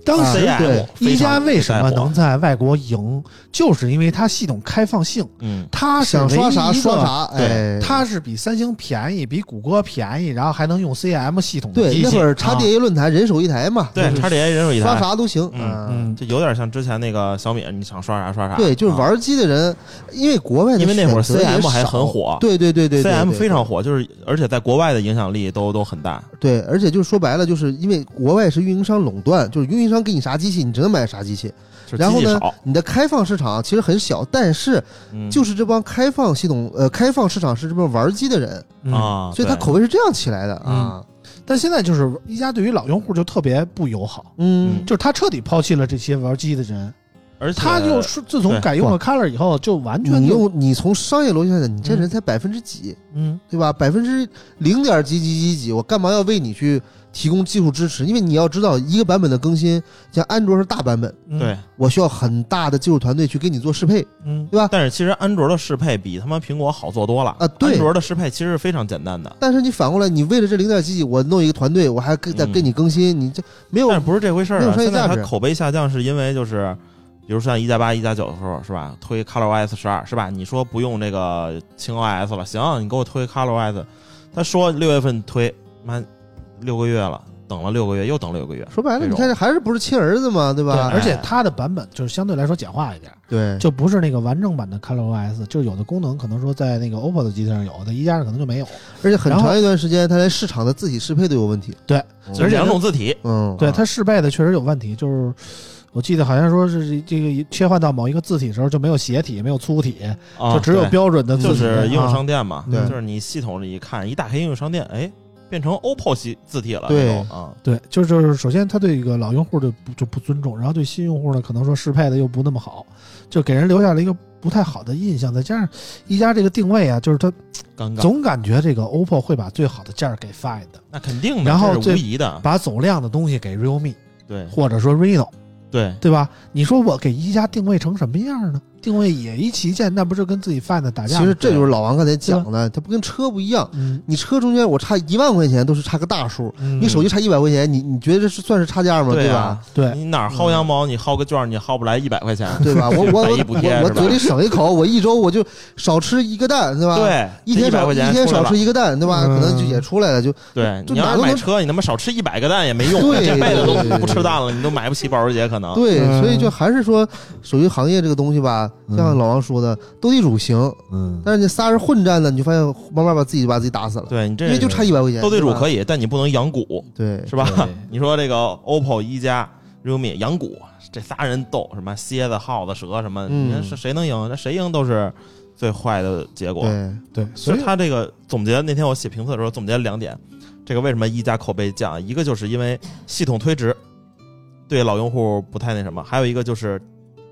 当时啊对 CM 一加非常为什么在火能在外国赢，就是因为它系统开放性，嗯，它是想唯刷一啥一个刷。啥，对哎，它是比三星便宜，比谷歌便宜，然后还能用 CM 系统的对机那器啊会儿 XDA 论坛人手一台嘛，对，叉 DA 啊人手一刷台，啥都行，嗯啊嗯，就有点像之前那个小米，你想刷啥刷啥。对，就是啊玩机的人，因为国外的因为那会儿选择也 CM 还少很火对对对对对 CM 对非常火，就是而且在国外的影响力都都很大。对，而且就是说白了，就是因为国外是运营商垄断，就是运营商给你啥机器，你只能买啥机器。就是然后机器呢少，你的开放市场其实很小，但是嗯就是这帮开放系统呃开放市场是这帮玩机的人，啊。啊，所以他对口味是这样起来的啊。但现在就是一加对于老用户就特别不友好，嗯，就是他彻底抛弃了这些玩机的人，而且他就是自从对改用了 Color 以后，就完全你就用你从商业逻辑上讲，你这人才百分之几，嗯对吧？百分之零点几几几几，我干嘛要为你去提供技术支持？因为你要知道，一个版本的更新，像安卓是大版本，嗯对，我需要很大的技术团队去给你做适配嗯但是其实安卓的适配比他妈苹果好做多了啊对安卓的适配其实是非常简单的，但是你反过来，你为了这零点几几，我弄一个团队，我还跟再嗯跟你更新，你这没有但是不是这回事儿没有啊？商业现在它价值口碑下降是因为就是，比如像一加八、一加九的时候是吧，推 ColorOS 十二是吧？你说不用这个轻 OS 了，行，你给我推 ColorOS。他说六月份推，妈六个月了，等了六个月，又等六个月。说白了，这你种看这还是不是亲儿子嘛，对吧？而且它的版本就是相对来说简化一点，对，就不是那个完整版的 ColorOS，就是有的功能可能说在那个 OPPO 的机子上有，在一加上可能就没有。而且很然后长一段时间，它连市场的字体适配都有问题。对嗯，就是两种字体，嗯，对，它适配的确实有问题，就是我记得好像说是这个切换到某一个字体的时候就没有斜体，没有粗体，啊哦就只有对标准的字体。就是应用啊商店嘛，对就是你系统里一看，一打开应用商店，哎，变成 OPPO 系字体了，对那种啊，对，就是就是，首先他对一个老用户的不就不尊重，然后对新用户呢，可能说适配的又不那么好，就给人留下了一个不太好的印象。再加上一加这个定位啊，就是他尴尬，总感觉这个 OPPO 会把最好的价儿给 Find，那肯定的，然后这最是无疑的，把总量的东西给 Realme 对或者说 Reno，对，对吧？你说我给一加定位成什么样呢？定位也一旗舰，那不是跟自己 Find 打架其吗？实这就是老王刚才讲的，它不跟车不一样。嗯，你车中间我差一万块钱都是差个大数，嗯你手机差一百块钱，你你觉得这是算是差价吗？对吧啊？，对你哪儿薅羊毛，你薅个券儿，你薅不来一百块钱，对吧？我我百我亿补贴我我是吧嘴里省一口，我一周我就少吃一个蛋，对吧？，啊对，一天百少块一钱天出来少了吃一个蛋，对吧？嗯可能就也出来了，就对，就你要哪是都买能车，你他妈少吃一百个蛋也没用，对这辈子对对都对不吃蛋了，你都买不起保时捷可能。对，嗯所以就还是说，手机行业这个东西吧，嗯像老王说的，斗地主行，嗯但是你仨人混战呢，你就发现慢慢把自己就把自己打死了，对你这因为就差一百块钱。斗地主以，可以，但你不能养股，对，是吧？ 你说这个 OPPO 一加 realme 养股，这仨人斗什么蝎子、耗子、蛇什么，嗯你看是谁能赢？那谁赢都是最坏的结果。对，对，所所以以他这个总结，那天我写评测的时候总结了两点，这个为什么一加口碑降？一个就是因为系统推迟，对老用户不太那什么；还有一个就是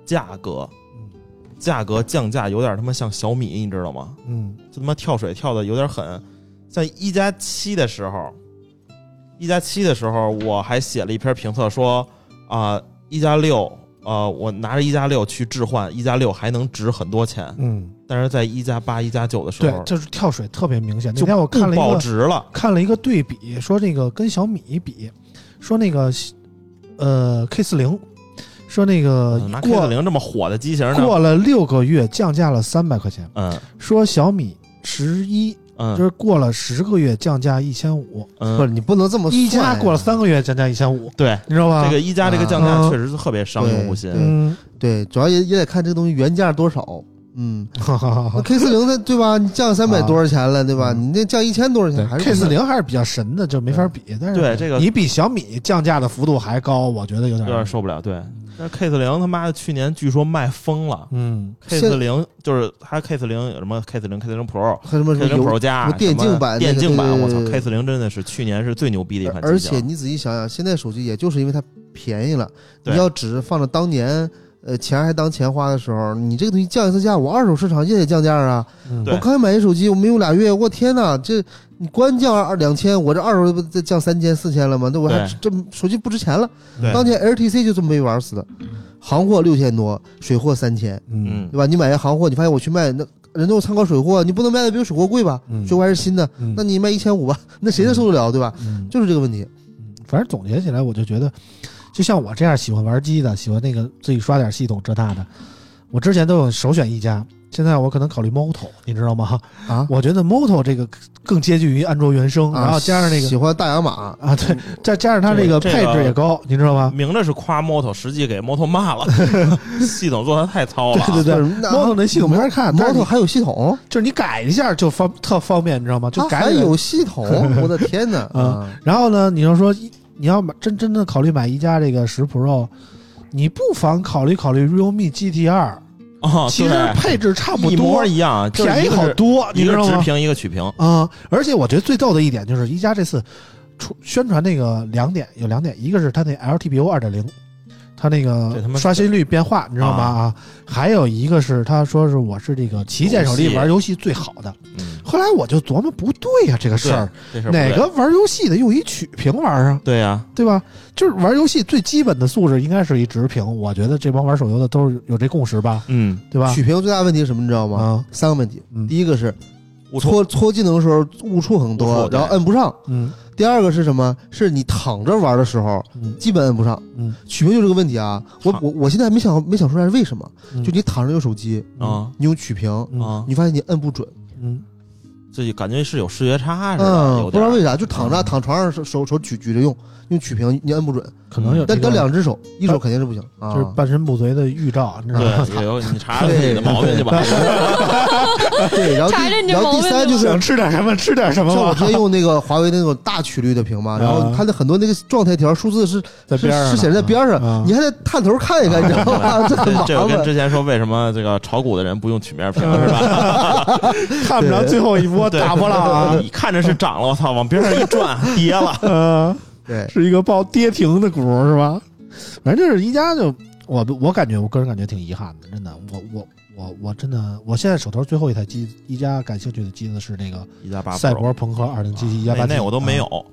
价格嗯，价格降价有点他妈像小米，你知道吗？嗯就他妈跳水跳的有点狠。像一加七的时候，一加七的时候，我还写了一篇评测说啊、一加六，呃，我拿着一加六去置换，一加六还能值很多钱，嗯，但是在一加八、一加九的时对候，，就是跳水特别明显。那就天我看了不一保个值了。看了一个对比，说那个跟小米比，说那个呃 K 四零，说那个嗯拿 K 呃过四零这么火的机型呢？过了六个月降价了三百块钱，嗯说小米十一嗯就是过了十个月降价一千五，不嗯，是你不能这哦么算一呀。加过了三个月降价一千五，对，你知道吧？这个一加这个降啊价确实是特别伤用户心。嗯，对，主要也也得看这个东西原价多少。嗯，好好好那好 K 四零的对吧？你降三百多少钱了对吧？嗯你那降一千多少钱对还是，K 四零还是比较神的，这没法比。但是对这个你比小米降价的幅度还高，我觉得有有点点受不了，对。但是 K 四零他妈的去年据说卖疯了嗯， ，K 四零就是它 K 四零有什么 K 四零、K 四零 Pro、还什么 K 什四么零油 Pro 加什么电竞版什么电竞那版，个我操对对对，K 四零真的是去年是最牛逼的一款而机型且你仔细想想，现在手机也就是因为它便宜了，对你要只是放着当年，呃，钱还当钱花的时候，你这个东西降一次价，我二手市场也得降价啊。嗯对我刚买一手机，我没用俩月，我天哪，这你官降二两千，我这二手不再降三千四千了吗？那我还对这手机不值钱了。对当年 HTC 就这么被玩死的，行货六千多，水货三千，嗯嗯对吧？你买个行货，你发现我去卖那。人都参考水货，你不能卖的比水货贵吧？嗯水货还是新的，嗯那你卖一千五吧，那谁能受得了，对吧？嗯，就是这个问题。反正总结起来，我就觉得，就像我这样喜欢玩机的，喜欢那个自己刷点系统这那的，我之前都有首选一家，现在我可能考虑 Moto，你知道吗？啊我觉得 Moto 这个更接近于安卓原生，啊然后加上那喜个欢大洋马，啊，对，再加上它这个嗯这配置也高，你知道吗？明着是夸 Moto，实际给 Moto 骂了，系统做的太糙了啊。 对对不是那，Moto 那系嗯统没法看，但是，Moto 你还有系统，就是你改一下就方特方便，你知道吗？就它改还了有系 统，我的天哪！啊啊，然后呢，你要说一你要买真真的考虑买一加这个十 Pro，你不妨考虑考虑 realme GT 二，啊，其实对配置差不一多模，一样，就是便宜一个好是多，你一知个道直吗？屏，一个曲屏。啊、而且我觉得最逗的一点就是，一加这次出宣传那个两点有两点，一个是它那 LTPO 二点零，它那这个他妈是刷新率变化，你知道吗？啊，还有一个是他说是我是这个旗舰手游机戏玩游戏最好的。嗯，后来我就琢磨不对呀、这个事儿这事儿不对哪个玩游戏的用一曲屏玩啊？对呀？对吧？就是玩游戏最基本的素质应该是一直屏，我觉得这帮玩手游的都是有这共识吧，嗯，对吧？曲屏最大问题是什么，你知道吗？啊，三个问题嗯，第一个是误触搓搓技能的时候误触很误多触，对然后摁不上；嗯第二个是什么？是你躺着玩的时候嗯基本摁不上。嗯曲屏就这个问题啊，我躺我我现在还没想好没想出来是为什么嗯，就你躺着用手机，啊你用曲屏，啊，你发现你摁不准。嗯这就感觉是有视觉差似的，嗯，有不知道点为啥，就躺着躺床上手手手举举着用，用曲屏你摁不准，可能有这但个得两只手，一手肯定是不行啊。就是半身不遂的预兆，你知道吗？对，也有你查查自己的毛病去吧。对，然后查着第你然后第毛病三就就是 想吃点什么吃点什么像我之吧，前用那个华为那种大曲率的屏嘛，然后啊它的很多那个状态条数字是在是边上是显示在边啊上，你还得探头看一看，你知道吗？ 这很麻这这就跟烦。之前说为什么这个炒股的人不用曲面屏嗯是 吧？ 看不着最后一波大波浪啊， 你看着是涨了，我操，往边上一转跌了。呃，对，是一个报跌停的股是吧？反正就是一加就我我感觉我个人感觉挺遗憾的，真的，我我我我真的，我现在手头最后一台机一加感兴趣的机子是那个一加八赛博朋克二零七七一加八那那我都啊嗯没有，，不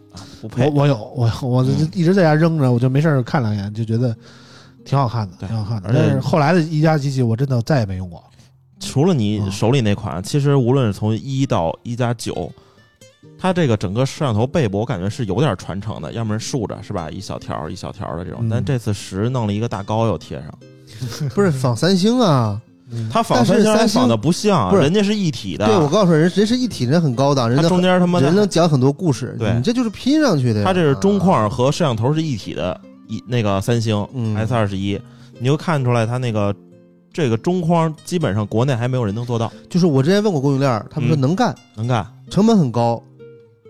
我配。我有我我就嗯一直在家扔着，我就没事儿看两眼，就觉得挺好看的，对挺好看的。而且但是后来的一加机器我真的再也没用过，除了你手里那款，其实无论是从一到一加九，它这个整个摄像头背部，我感觉是有点传承的，要不然竖着是吧，一小条儿一小条儿的这种。嗯但这次十弄了一个大高又贴上，不是仿三星啊，它仿但是三星还三星仿的不像，啊不是人家是一体的，啊对我告诉你人人是一体，人很高档，人它家中间他妈人的，能讲很多故事，对你这就是拼上去的呀。它这是中啊，框和摄像头是一体的，一那个三星嗯 S 二十一，你就看出来它那个这个中框基本上国内还没有人能做到，就是我之前问过供应链儿，他们说嗯能干，能干。成本很高，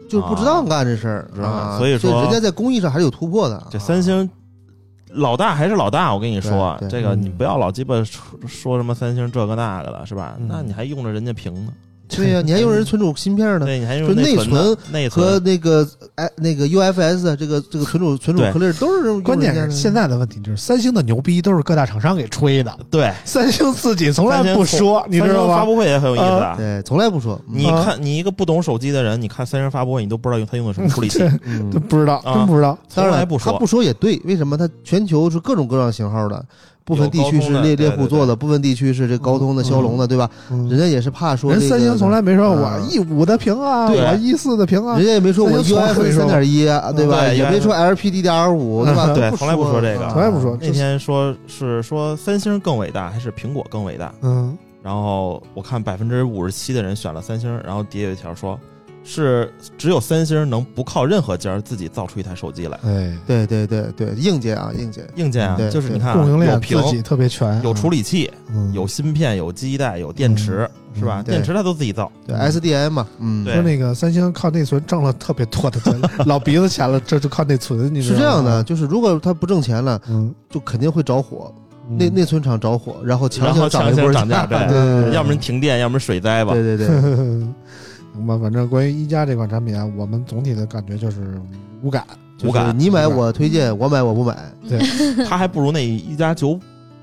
就是不知道干这事儿不知，道啊干所以说人家在工艺上还是有突破的。这三星老大还是老大，我跟你说，对对这个嗯你不要老鸡巴说说什么三星这个那个的，是吧？嗯那你还用着人家屏呢？对 呀，你还用人存储芯片呢，对，你还用就内内存呢内和存那个哎那个 UFS 这个这个存储存储对颗粒儿都是用关键人是家的现在的问题就是三星的牛逼都是各大厂商给吹的，对，三星自己从三来星不说，你知道三星发吧？布会也很有意思啊。对从来不说，嗯你看，你一个不懂手机的人，你看三星发布会，你都不知道用它用的什么处理器，嗯这不知道，啊真不知道。从当来然不他说不。说也对，为什么？它全球是各种各样型号的，不分地区有高通是的猎对猎户座的，部分地区是这高通的、嗯骁龙的，对吧？嗯人家也是怕说人这个三星从来没说我啊 E 一五的屏啊，对我一四的屏啊人，家也没说我三星从来没 UFS 说三点一，啊对吧？对也没 UFS 说 LPDDR 五，对吧？嗯对都从来不说这个从来不说。那天说是说三星更伟大还是苹果更伟大？嗯，然然后我看百分之五十七的人选了三星，然后底下有一条说，是只有三星能不靠任何家儿自己造出一台手机来。哎，对对对对，硬件啊，硬件，硬件啊对，就是你看啊供应有链屏自、己特别全，有处理，理器、嗯有芯片、有基带、有电池，是吧？嗯对电池它都自己造。对嗯 SDI 嘛，嗯，对说那个三星靠内存挣了特别多的钱，老鼻子钱了，这就靠内存，你知是道吗这样嗯的，，就是如果它不挣钱了，嗯，就肯定会着火，嗯内内存厂着火，然后强然后行强一行波涨价，对对，对要不然停电，要不然水灾吧。对对 对，行吧， 反正关于一加这款产品啊，我们总体的感觉就是无感。就是无感你买我推荐，我买我不买，它还不如那一加九，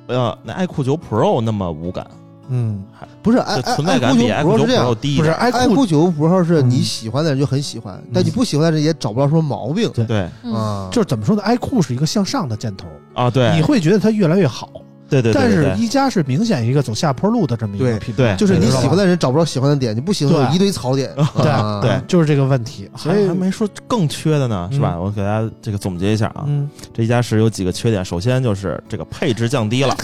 呃，那 iQOO 九 Pro 那么无感，嗯，哎不是就 i i 存在 i 感酷比九 iQOO Pro 九是这样 Pro，低一不是点。 i ，iQOO 酷九 Pro 是嗯你喜欢的人就很喜欢，嗯但你不喜欢的人也找不着什么毛病对对嗯，啊。就是怎么说呢？iQOO 是一个向上的箭头，啊，对，你会觉得它越来越好，对对对，但对是对一加是明显一个走下坡路的这么一个对品牌，对就是你知道吧喜欢的人找不着喜欢的点，你不喜欢的有一堆槽点。对 啊对就是这个问题，啊所以还还没说更缺的呢，是吧？我给大家这个总结一下啊，嗯这一加十有几个缺点，首先就是这个配置降低了，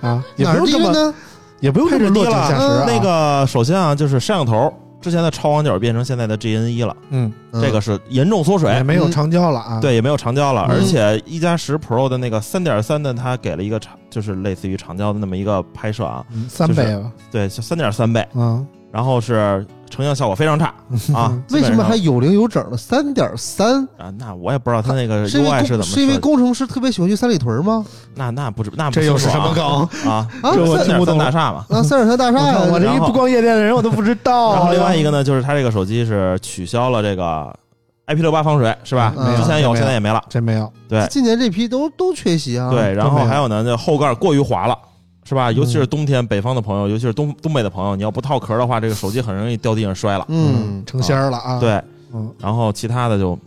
啊，也哪不用儿低这了么呢？也不用这么落井下石啊嗯。那个首先啊，就是摄像头，之前的超广角变成现在的 GN 一了，嗯，嗯这个是严重缩也水。嗯没有长焦了啊。对，也没有长焦了，嗯而且一加十 Pro 的那个三点三的，它给了一个长，就是类似于长焦的那么一个拍摄啊，嗯，三倍吧，对，就三点三倍，嗯。然后是成像效果非常差啊 为什么还基有零有整呢？三点三，本上啊？那我也不知道它那个是因 UI 为是怎工么是因设为计的。工程师特别喜欢去三里屯吗？那那不知那不这又清楚是什么啊啊？啊，这我三听点不三懂大厦嘛。那三点三大厦我呀看，我这一不逛夜店的人，我都不知道。啊然后另外一个哦呢，就是它这个手机是取消了这个 IP 六八防水，是吧？嗯之前有，现在也没了。 真没有，对今年这批都都缺席啊。对，然都没嗯后有还有呢，这后盖过于滑了。是吧？尤其是冬天，北方的朋友，尤其是东东北的朋友，你要不套壳的话，这个手机很容易掉地上摔了。嗯，成仙儿了啊。，对，嗯，然后其他的就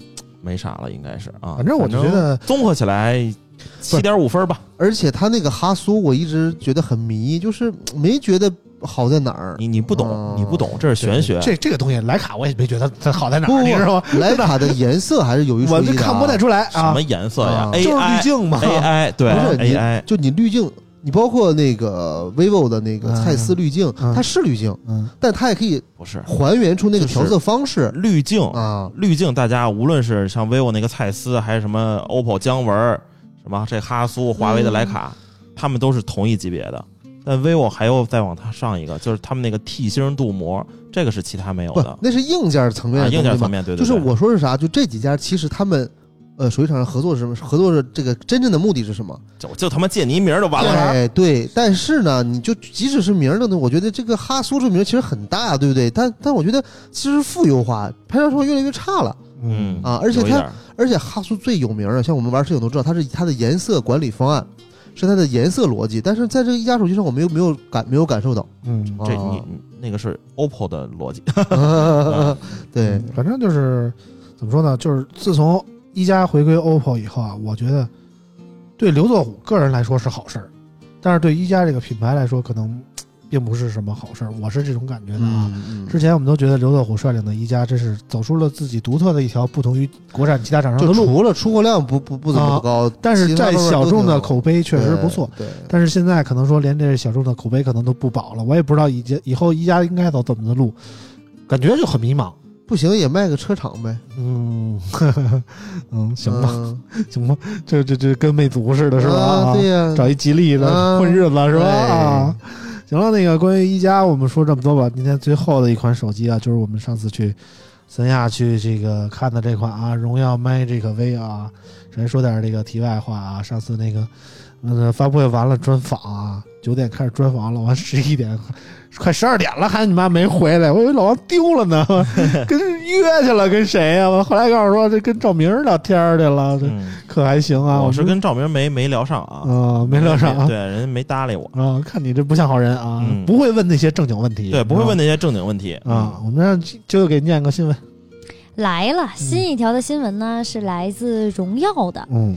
没啥了，应该是啊。反正我就觉得综合起来七点五分吧。而且他那个哈苏，我一直觉得很迷，就是没觉得好在哪儿。你你不懂哦，你不懂，这是玄学。这这个东西，徕卡我也没觉得它好在哪不儿，你知道吗？不，徕卡的颜色还是有一我说一就的啊，看不太出来什啊么，颜色呀啊就是滤？AI 镜嘛。 AI 对不是你 AI 就你滤镜，你包括那个 vivo 的那个嗯蔡司滤镜，嗯它是滤镜，嗯，但它也可以不是还原出那个就是调色方式滤镜啊。滤镜，大家无论是像 vivo 那个蔡司，还是什么 OPPO 姜文儿，什么这哈苏、华为的徕卡，嗯他们都是同一级别的。但 vivo 还要再往它上一个，就是他们那个 T 星镀膜，这个是其他没有不的。，那是硬件层面啊，的硬件东西嘛层面对，对就是对我说是啥，就这几家其实他们。呃，手机厂商合作是什么？合作是这个真正的目的是什么？就就他妈借你一名儿就完了。哎，对。但是呢，你就即使是名儿的呢，我觉得这个哈苏这名儿其实很大，对不对？但但我觉得其实负优化，拍照效果越来越差了。嗯啊而且有一它点儿而且哈苏最有名的，像我们玩摄影都知道，它是它的颜色管理方案，是它的颜色逻辑。但是在这个一加手机上，我们又没有感没有感受到。嗯，这你你那个是 OPPO 的逻辑，啊对，嗯反正就是怎么说呢，就是自从一加回归 OPPO 以后啊，我觉得对刘作虎个人来说是好事儿，但是对一加这个品牌来说，可能嘖并不是什么好事儿。我是这种感觉的啊。嗯之前我们都觉得刘作虎率领的一加真是走出了自己独特的一条不同于国产其他厂商就的路，除了出货量不不不怎么高，但是其他在方面小都众挺的好口碑确实不错。。对，对但是现在可能说连这小众的口碑可能都不保了，我也不知道以前以后一加应该走怎么的路，感觉就很迷茫。不行也卖个车厂呗。嗯， 呵呵呵嗯，行吧，嗯，行吧，这这这跟魅族似的，是吧？啊对呀，找一吉利的啊混日子是吧？对啊，嗯行了，那个关于一加，我们说这么多吧。今天最后的一款手机啊，就是我们上次去三亚去这个看的这款啊，荣耀 Magic V 啊。首先说点这个题外话啊，上次那个嗯发布会完了专访啊，九点开始专访，老王十一点。快十二点了，还你妈没回来，我以为老王丢了 呢，跟约去了，跟谁呀、我后来告诉说这跟赵明儿聊天儿去了，这嗯，可还行啊。我是们跟赵明没没聊上啊，啊没聊上啊，对，人家没搭理我，啊，看你这不像好人啊，嗯不会问那些正经问题，对，啊不会问那那些正经问嗯题啊。我们让啾啾给念个新闻，来了，新一条的新闻呢是来自荣耀的，嗯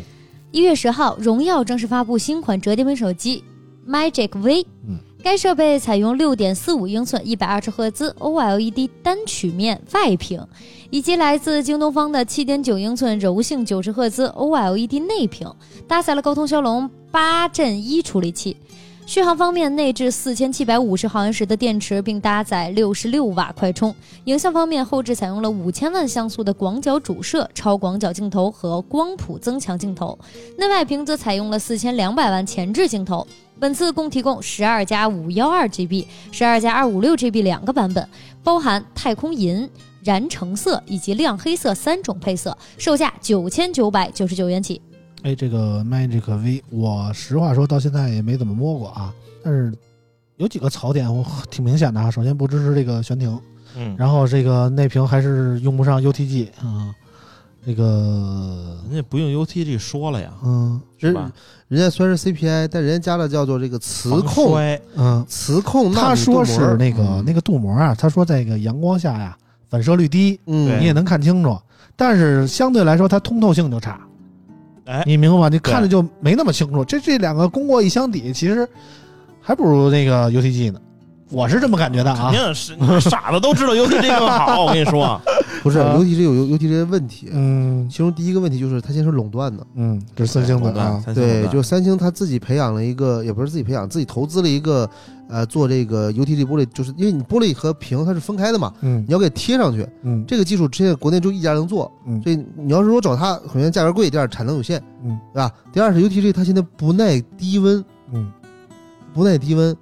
一月十号，荣耀正式发布新款折叠屏手机 Magic V。嗯该设备采用六点四五英寸、一百二十赫兹 OLED 单曲面外屏，以及来自京东方的七点九英寸柔性九 E 十赫兹 OLED 内屏，搭载了高通骁龙八阵一处理器。续航方面，内置四千七百五十毫安时的电池，并搭载六十六瓦快充。影像方面，后置采用了五千万像素的广角主摄、超广角镜头和光谱增强镜头，内外屏则采用了四千两百万前置镜头。本次共提供十二加五幺二 GB、十二加二五六 GB 两个版本，包含太空银、燃橙色以及亮黑色三种配色，售价九千九百九十九元起。哎，这个 Magic V，我实话说到现在也没怎么摸过啊，但是有几个槽点我挺明显的啊。首先不支持这个悬停，嗯，然后这个内屏还是用不上 UTG 啊，这个人家不用 UTG 说了呀，嗯是人吧？人家虽然是 CPI，但人家加了叫做这个磁防控摔嗯，磁控纳他米镀说膜是那个、嗯那个镀膜啊，他说在那个阳光下呀，反射率低，嗯你也能看清楚，但是相对来说它通透性就差。哎你明白吗？你看着就没那么清楚。这这两个功过一相比，其实还不如那个 UTG 呢。我是这么感觉的啊肯。定是傻子都知道 UTG 更好，我跟你 说，不是啊 UTG 有 UTG 问题，嗯其中第一个问题就是它先是垄断的，嗯，这是三星垄的断啊，三星垄对，断就三星他自己培养了一个，也不是自己培养，自己投资了一个，呃，做这个 UTG 玻璃，就是因为你玻璃和屏它是分开的嘛，嗯你要给贴上去，嗯这个技术之前国内就一家能做，嗯所以你要是说找它，首先价格贵，第二产能有限，嗯对吧？啊第二是 UTG 它现在不耐低温，嗯，不耐低温，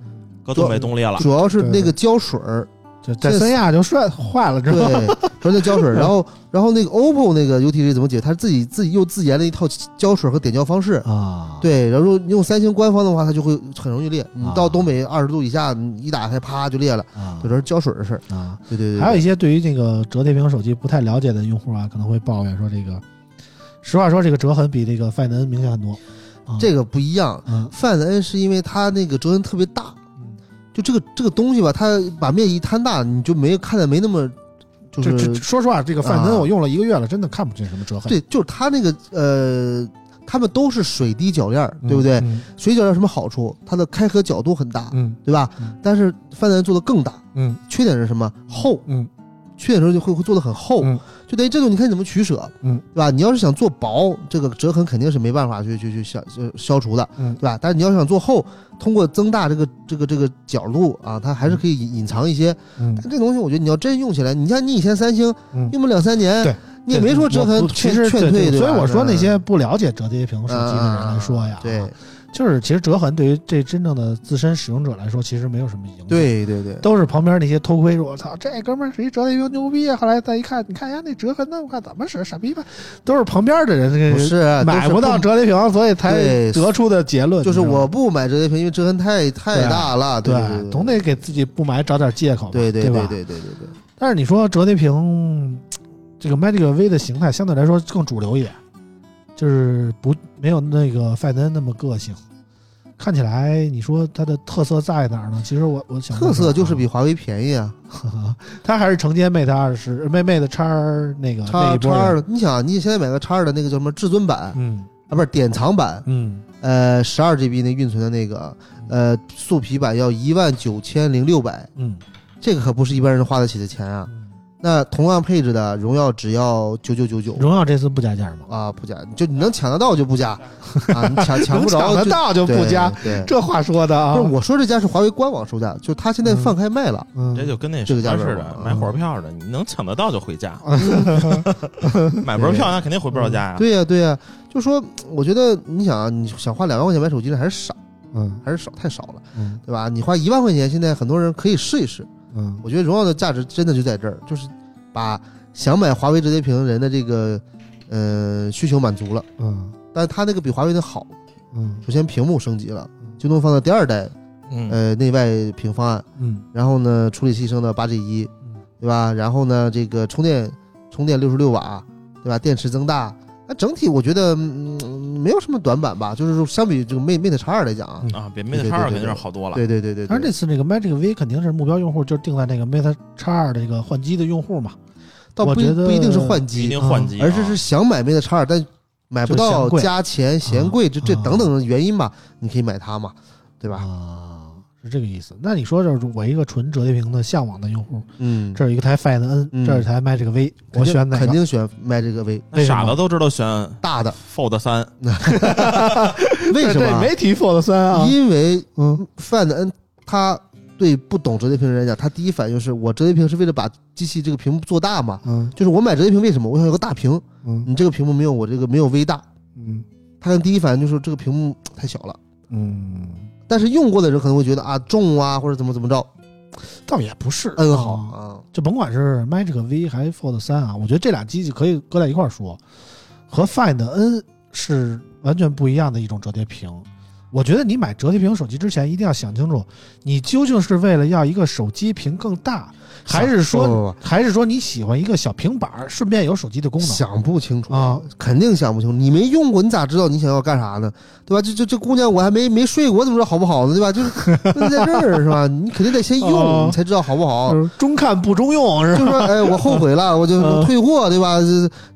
哥东北冻裂了，主要是对那个胶水儿，这在三亚就摔坏了，知道吗？对，主要那胶水儿，然后然后那个 OPPO 那个 UTG 怎么解？它自己自己又自研了一套胶水儿和点胶方式， 啊，对，然后用三星官方的话，它就会很容易裂。你啊到东北二十度以下，你一打开啪就裂了，啊这都是胶水的事儿。啊，对对对，还有一一些对于这个折叠屏手机不太了解的用户啊，可能会抱怨说这个，实话说这个折痕比这个 Find N 明显很多。啊、这个不一样嗯，Find N 是因为它那个折痕特别大嗯，就这个这个东西吧，它把面一摊大，你就没看的没那么就这这是说实话，这个 Find 啊 N 我用了一个月了，真的看不见什么折痕，对，就是它那个呃。它们都是水滴铰链儿，嗯对不对？嗯水滴铰链儿有什么好处？它的开合角度很大，嗯对吧？嗯但是 Find N 做的更大，嗯缺点是什么？厚，嗯缺点时候就会会做的很厚，嗯就等于这种你看你怎么取舍，嗯，对吧？你要是想做薄，这个折痕肯定是没办法去去去消呃消除的，嗯对吧？但是你要想做厚，通过增大这个这个这个角度啊，它还是可以隐隐藏一些。嗯但这东西我觉得你要真用起来，你像你以前三星嗯，用了两三年，对你也没说折我痕不其劝实劝退，对所以吧我说那些不了解折叠屏手机的人来说呀，呃对啊就是其实折痕对于这真正的自身使用者来说，其实没有什么影响。。对对对，都是旁边那些偷窥说：“我操，这哥们儿谁折叠屏牛逼啊！”后来再一看，你看人家那折痕呢，我看怎么使，傻逼吧！都是旁边的人这不个是啊都是买不到折叠屏，所以才对得出的结论。就是你知道我吗不买折叠屏，因为折痕太太大了，对对对，啊总得给自己不买找点借口嘛，对对对吧？对对对对。但是你说折叠屏，这个 Magic V 的形态相对来说更主流一点，就是不没有那个 Find N 那么个性。看起来，你说它的特色在哪儿呢？其实我我想特色就是比比华为便宜啊，它还是承接 Mate 二十、Mate Mate 叉那个那叉一叉波二人。的，你想啊，你现在买个叉二的那个叫什么至尊版啊，嗯不是典藏版，嗯，呃，十二 GB 那运存的那个，呃，素皮版要一万九千零六百，嗯这个可不是一般人花得起的钱啊。那同样配置的荣耀只要九九九九荣耀这次不加价吗？啊，不加，就你能抢得到就不加啊，你 抢抢不着能抢得就到就不对加，对，这话说的啊不是，我说这家是华为官网售价，就是它现在放开卖了，嗯这就跟那这什个么价格似吧的，嗯买火车票的，你能抢得到就回 家，买不着票那肯定回不了家呀。对呀、对呀、就说我觉得你想啊，你想花两万块钱买手机的还是少，嗯还是少太少了，嗯对吧？你花一万块钱，现在很多人可以试一试，嗯我觉得荣耀的价值真的就在这儿，就是把想买华为折叠屏的人的这个呃需求满足了。嗯但是它那个比华为的好，嗯首先屏幕升级了，京东方的第二代嗯，呃内外屏方案，嗯然后呢处理器升到八 G 一嗯，对吧？然后呢这个充电充电六十六瓦，对吧？电池增大，那整体我觉得、嗯、没有什么短板吧，就是说相比这个 Mate Mate 叉二来讲啊，嗯啊，比对 Mate 对叉二对肯定对是好多了。对对对对但是这对，次这个 Magic V 肯定是目标用户就定在那个 Mate 叉二这个换机的用户嘛，倒不我一觉得不一定是换不一机，定换机啊，嗯而是是想买 Mate 叉二，但买不就到嫌贵加钱嫌贵，这这啊等等的原因吧，你可以买它嘛，对吧？啊，是这个意思。那你说，就是我一个纯折叠屏的向往的用户，嗯，这有一个台 Find N，、嗯这儿有一台 Magic V，我肯定选哪肯个？定选卖这个 V 为那什么傻子都知道选大的， Fold 三，为这什这么？啊没提 Fold 三啊？因为嗯 Find N 它对不懂折叠屏的人来讲，他第一反应是我折叠屏是为了把机器这个屏幕做大嘛，嗯就是我买折叠屏为什么？我想有个大屏，嗯你这个屏幕没有我这个没有 V 大，嗯他的第一反应就是这个屏幕太小了。嗯，但是用过的人可能会觉得啊重啊或者怎么怎么着倒也不是，N 好啊啊，就甭管是 Magic V 还是 Fold 三啊，我觉得这俩机器可以搁在一块儿说，和 Find N 是完全不一样的一种折叠屏。我觉得你买折叠屏手机之前，一定要想清楚，你究竟是为了要一个手机屏更大，还是不说不不还是说你喜欢一个小平板儿，顺便有手机的功能？想不清楚啊，肯定想不清楚。你没用过，你咋知道你想要干啥呢？对吧？这这这姑娘我还没没睡过，我怎么知道好不好呢？对吧？就是问题在这儿是吧？你肯定得先 哦用，你才知道好不好。就是中看不中用是就吧？ 是说，哎，我后悔了，我就嗯退货，对吧？就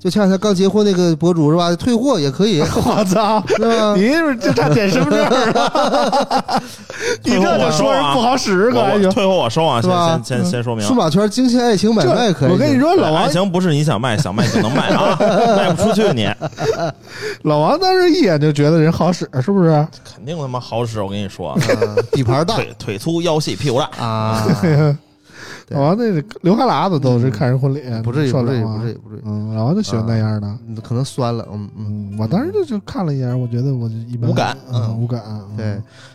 就前两天刚结婚那个博主是吧？退货也可 以，我操！对吧？你是不是就差点身份证儿了？ 你这就说人不好使，可我还我行？退货我收啊，是吧先先先先说明数。码圈精细爱情买卖可以。我跟你，说，老王爱情不是你想卖想卖就能卖 啊，卖不出去你老王当时一眼就觉得人好使，是不是？肯定他妈好使，我跟你说，啊底盘大腿腿粗腰细屁股大， 啊，对老王那是流哈喇子都是看人婚礼，不至于，受不得至于，了吗不至于，不至于。嗯，老王就喜欢那样的。嗯可能酸了，嗯嗯。嗯，我当时就就看了一眼，我觉得我就一般无感嗯，嗯无感。嗯对，，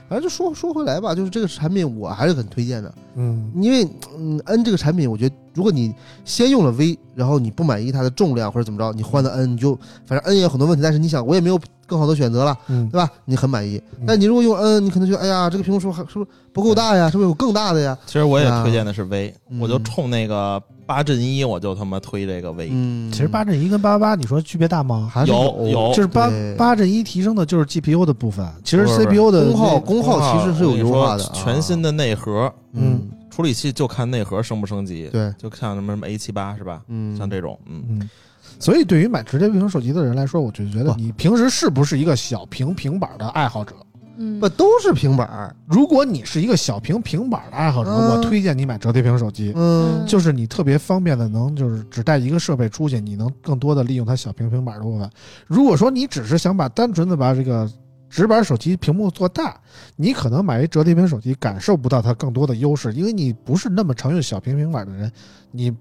反正就说说回来吧，就是这个产品我还是很推荐的，嗯因为嗯，N 这个产品，我觉得如果你先用了 V，然后你不满意它的重量或者怎么着，你换了 N，你就反正 N 也有很多问题，但是你想我也没有更好的选择了，嗯对吧？你很满意嗯，但你如果用 N，你可能觉得哎呀，这个屏幕是不是还是不是不够大呀？是不是有更大的呀？其实我也啊推荐的是 V，、嗯我就冲那个八阵一，我就他妈推这个 V。嗯，其实八阵一跟八八八，你说区别大吗？还是有有就是八对八阵一提升的就是 GPU 的部分，其实不是不是 CPU 的功耗那功耗其实是有优化的啊我跟你，说全新的，的内核，嗯，处理器就看内核升不升级，对，就像什么什么 A 七八是吧？嗯，像这种，嗯，嗯，所以对于买直接屏手机的人来说，我就觉得不你平时是不是一个小屏平板的爱好者？嗯不，都是平板儿，如果你是一个小屏平板的爱好者，嗯我推荐你买折叠屏手机，嗯，就是你特别方便的，能就是只带一个设备出去，你能更多的利用它小屏平板的部分。如果说你只是想把单纯的把这个直板手机屏幕做大，你可能买一折叠屏手机感受不到它更多的优势，因为你不是那么常用小屏平板的人，你。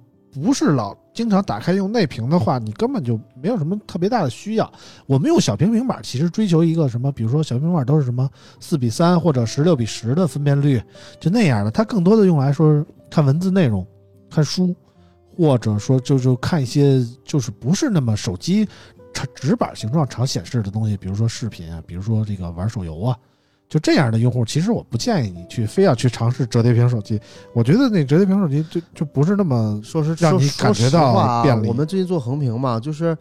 不是老经常打开用内屏的话，你根本就没有什么特别大的需要。我们用小屏平板其实追求一个什么，比如说小屏平板都是什么四比三或者十六比十的分辨率，就那样的。它更多的用来说是看文字内容、看书，或者说就就看一些就是不是那么手机直直板形状常显示的东西，比如说视频啊，比如说这个玩手游啊。就这样的用户，其实我不建议你去非要去尝试折叠屏手机。我觉得那折叠屏手机就就不是那么说实让你说感觉到说实话啊便利我们最近做横屏嘛，就是，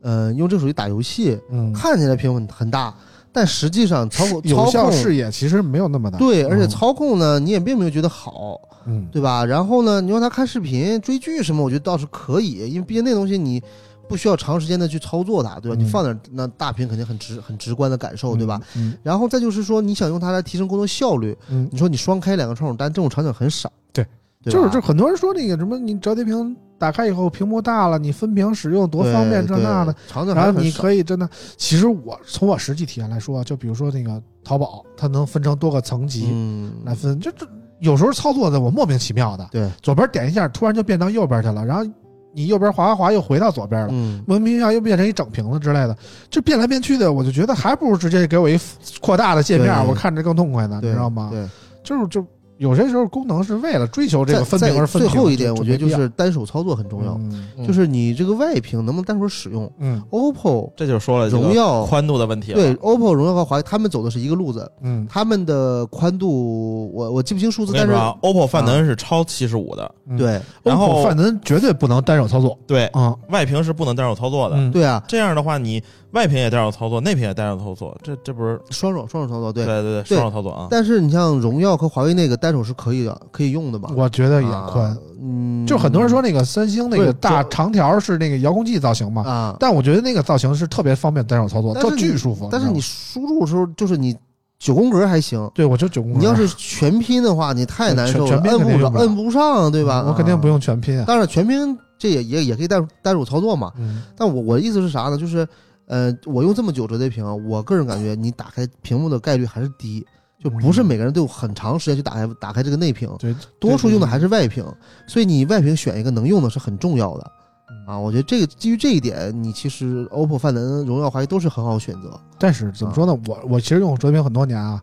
呃，用这个手机打游戏，嗯，看起来屏幕很很大，但实际上操控有操效控视野其实没有那么大。对，而且嗯操控呢，你也并没有觉得好，嗯对吧？然后呢，你让他看视频、追剧什么，我觉得倒是可以，因为毕竟那东西你不需要长时间的去操作它，对吧？嗯你放点那大屏肯定很直很直观的感受，对吧？？嗯然后再就是说，你想用它来提升工作效率，嗯，你说你双开两个窗口单，这种场景很少，对对吧，就是这很多人说那个什么，你折叠屏打开以后屏幕大了，你分屏使用多方便这那的对，，对场景还然是后很你少可以真的，其实我从我实际体验来说啊，就比如说那个淘宝，它能分成多个层级嗯来分，就这有时候操作的我莫名其妙的， 对，左边点一下，突然就变到右边去了，然后你右边滑滑滑又回到左边了。嗯，莫名其妙又变成一整屏了之类的，就变来变去的，我就觉得还不如直接给我一扩大的界面，对我看着更痛快呢，你对知道吗？对，就是就有些时候功能是为了追求这再个分屏而分屏。再啊最后一点，我觉得就没必要是单手操作很重要，嗯就是你这个外屏能不能单手使用嗯？OPPO、这就是说了这个荣耀宽度的问题了。对 OPPO、荣耀和华为，他们走的是一个路子，嗯他们的宽度我我记不清数我字，跟但你是说啊，OPPO 范德恩是超七十五的，嗯，对然 OPPO 后范德绝对不能单手操作对，啊，外屏是不能单手操作的。嗯，对啊，这样的话，你外屏也单手操作，内屏也单手操作，这这不是双手双手操作对对。对对双手操作啊？但是你像荣耀和华为那个单手是可以的，可以用的吧？我觉得也啊宽。，嗯，就很多人说那个三星那不个是大这长条是那个遥控器造型嘛，啊，但我觉得那个造型是特别方便单手操作，但是特你巨舒服。但是你你输入的时候，就是你九宫格还行，对我就九宫格。你要是全拼的话，你太难受了，全全拼摁肯定用不上，不了摁不上，对吧？我肯定不用全拼啊。啊。当然，全拼这也也也可以单单手操作嘛。嗯，但我我的意思是啥呢？就是，呃，我用这么久折叠屏，我个人感觉你打开屏幕的概率还是低，就不是每个人都有很长时间去打开打开这个内屏，嗯对，多数用的还是外屏，所以你外屏选一个能用的是很重要的。嗯啊，我觉得这个基于这一点，你其实 OPPO、范能、荣耀、华为都是很好的选择。嗯但是怎么说呢？我我其实用折叠屏很多年啊，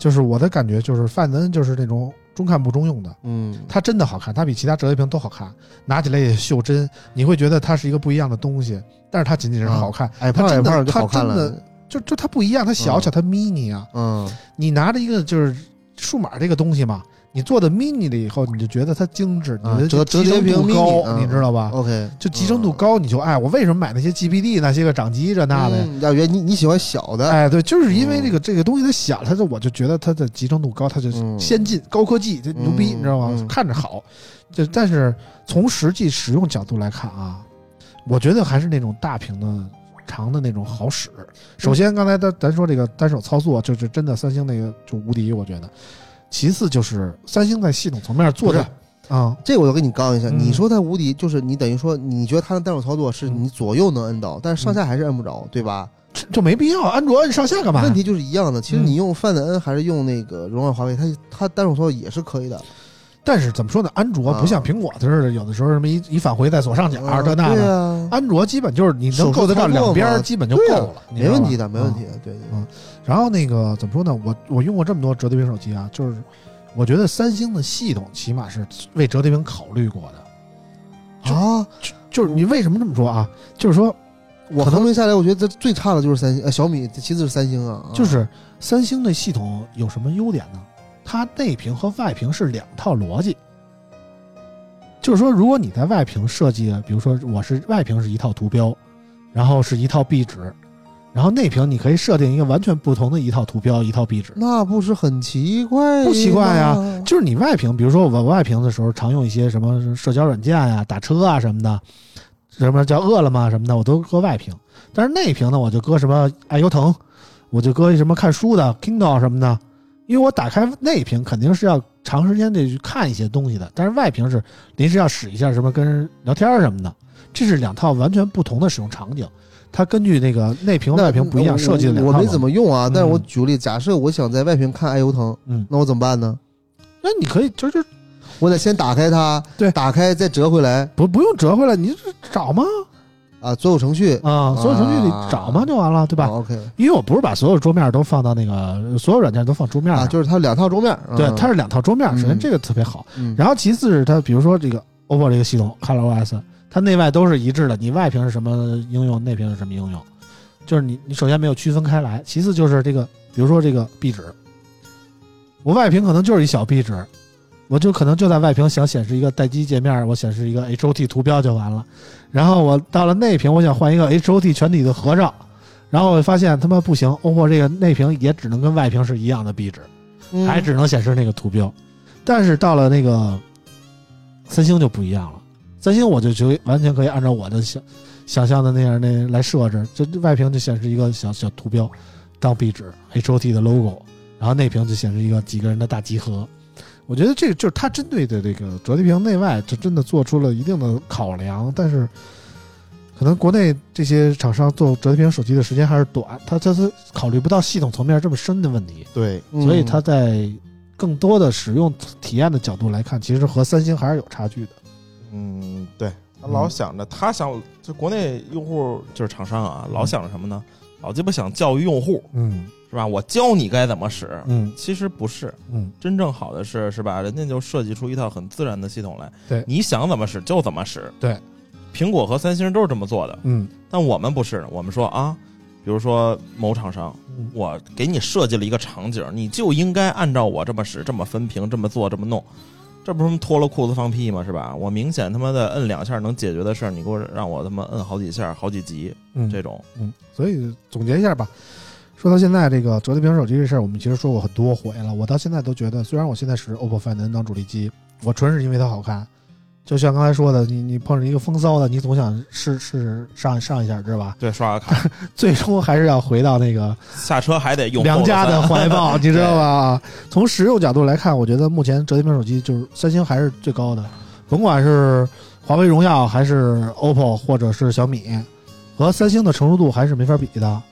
就是我的感觉就是范文就是那种中看不中用的，嗯，它真的好看，它比其他折叠屏都好看，拿起来也袖珍，你会觉得它是一个不一样的东西。但是它仅仅啊是好看，矮它胖矮真的胖就好看它真了的。就就它不一样，它小巧，它 mini 啊。嗯，你拿着一个就是数码这个东西嘛，你做的 mini 了以后，你就觉得它精致，啊你的折集折叠成度屏 mini，高，嗯你知道吧？ OK，就集成度高，你就爱。我为什么买那些 GPD 那些个掌机这那的呀？嗯。亚元，你你喜欢小的？ 哎，对，就是因为这个这个东西它小，它就我就觉得它的集成度高，它就嗯先进、高科技，这牛逼，嗯你知道吗？嗯看着好，这但是从实际使用角度来看啊，我觉得还是那种大屏的。长的那种好使。首先，刚才咱咱说这个单手操作，就是真的三星那个就无敌，我觉得。其次就是三星在系统层面做的啊，这个我就跟你刚一下，嗯你说它无敌，就是你等于说，你觉得它的单手操作是嗯你左右能摁到，但是上下还是摁不着，对吧？这就没必要。安卓按上下干嘛？问题就是一样的。其实嗯你用范的摁还是用那个荣耀华为，它它单手操作也是可以的。但是怎么说呢？安卓不像苹果似的，有的时候什么一一返回在左上角啊这那对的。啊，安卓基本就是你能够得到两边儿，基本就够了，你没知道吧问题的，没问题。嗯的，对对嗯然后那个怎么说呢？我我用过这么多折叠屏手机啊，就是我觉得三星的系统起码是为折叠屏考虑过的。就啊！就就是你为什么这么说啊？就是说，我可能衡量下来，我觉得这最差的就是三星，呃，小米，其次是三星啊，啊就是三星的系统有什么优点呢？它内屏和外屏是两套逻辑。就是说，如果你在外屏设计，比如说我是外屏是一套图标，然后是一套壁纸，然后内屏你可以设定一个完全不同的一套图标、一套壁纸。那不是很奇怪吗？不奇怪啊就是你外屏，比如说我外屏的时候，常用一些什么社交软件呀、打车啊什么的，什么叫饿了么什么的，我都搁外屏。但是内屏呢，我就搁什么爱优腾，我就搁什么看书的 Kindle 什么的，因为我打开内屏肯定是要长时间的去看一些东西的，但是外屏是临时要使一下什么跟人聊天儿什么的，这是两套完全不同的使用场景。它根据那个内屏、那外屏不一样我设计的两套我嘛。没怎么用啊，但是我嗯举个例，假设我想在外屏看爱优腾，嗯，那我怎么办呢？那你可以就是我得先打开它，对打开再折回来不不用折回来，你就找嘛。啊，所有程序啊啊，所有程序里找嘛就完了，对吧？ o k 因为我不是把所有桌面都放到那个所有软件都放桌面啊，上，就是它有两套桌面，啊对，它是两套桌面，首先嗯这个特别好。嗯然后其次是它，比如说这个 OPPO 这个系统 ColorOS，它啊内外都是一致的，你外屏是什么应用，内屏是什么应用，就是你你首先没有区分开来，其次就是这个，比如说这个壁纸，我外屏可能就是一小壁纸，我就可能就在外屏想显示一个待机界面，我显示一个 HOT 图标就完了，然后我到了内屏，我想换一个 HOT 全体的合照。然后我发现他妈不行，OPPO 这个内屏也只能跟外屏是一样的壁纸，嗯还只能显示那个图标。但是到了那个三星就不一样了，三星我就觉得完全可以按照我的想想象的那样那来设置，这外屏就显示一个小小图标当壁纸，HOT 的 logo，然后内屏就显示一个几个人的大集合。我觉得这个就是它针对的这个折叠屏内外，就真的做出了一定的考量，但是。可能国内这些厂商做折叠屏手机的时间还是短，它它是考虑不到系统层面这么深的问题。对，嗯所以它在更多的使用体验的角度来看，其实和三星还是有差距的。嗯，对，他嗯老想着，他想就国内用户就是厂商啊，老想着什么呢？老鸡巴想教育用户嗯是吧？我教你该怎么使，嗯其实不是，嗯，真正好的是是吧？人家就设计出一套很自然的系统来，对你想怎么使就怎么使，对。苹果和三星都是这么做的，嗯但我们不是，我们说啊，比如说某厂商，嗯我给你设计了一个场景，你就应该按照我这么使、这么分屏、这么做、这么弄，这不是脱了裤子放屁吗？是吧？我明显他妈的摁两下能解决的事儿，你给我让我他妈摁好几下、好几级嗯这 种，嗯，所以总结一下吧。说到现在这个折叠屏手机这事儿，我们其实说过很多回了。我到现在都觉得，虽然我现在使 OPPO Find N 当主力机，我纯是因为它好看，就像刚才说的，你你碰上一个风骚的，你总想试试上上一下，是吧？对，刷个卡，最终还是要回到那个下车 还得用良家后的三怀 抱，你知道吧？从实用角度来看，我觉得目前折叠屏手机就是三星还是最高的，甭管是华为、荣耀还是 OPPO 或者是小米，和三星的成熟度还是没法比的。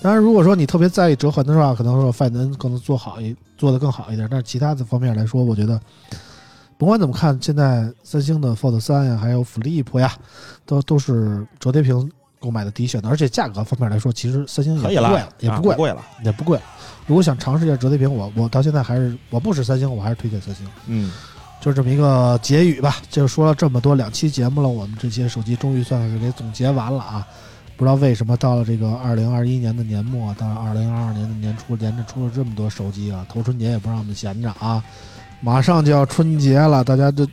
当然，如果说你特别在意折痕的话，可能说 Find N 更能做好一做得更好一点。但是其他的方面来说，我觉得甭管怎么看，现在三星的 Fold 三呀，还有 Flip 呀，都都是折叠屏购买的第一选择。而且价格方面来说，其实三星也不可以贵了了，，也啊不不贵，贵了，也不贵。如果想尝试一下折叠屏，我我到现在还是我不使三星，我还是推荐三星。嗯，就这么一个结语吧，就说了这么多两期节目了，我们这些手机终于算是给总结完了啊！不知道为什么到了这个二零二一年的年末，到了二零二二年的年初，连着出了这么多手机啊！头春节也不让我们闲着啊，马上就要春节了，大家就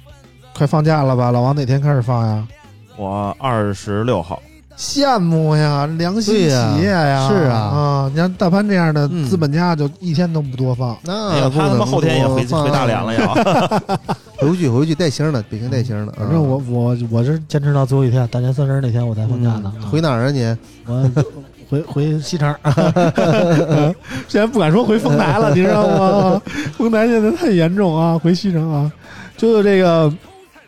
快放假了吧？老王哪天开始放呀？我二十六号，羡慕呀，良心对呀企业呀！是啊啊，你像大潘这样的嗯资本家，就一天都嗯不多放。哎那呀不他他能妈后天也多回回大连了， 呀，放回去回去带星的，北京带星的。啊反正我我我是坚持到最后一天，大年三十那天我哎才嗯放假呢。啊回哪儿啊你？我回回西城， 现在不敢说回丰台了，你知道吗？丰台现在太严重啊，回西城啊。舅舅这个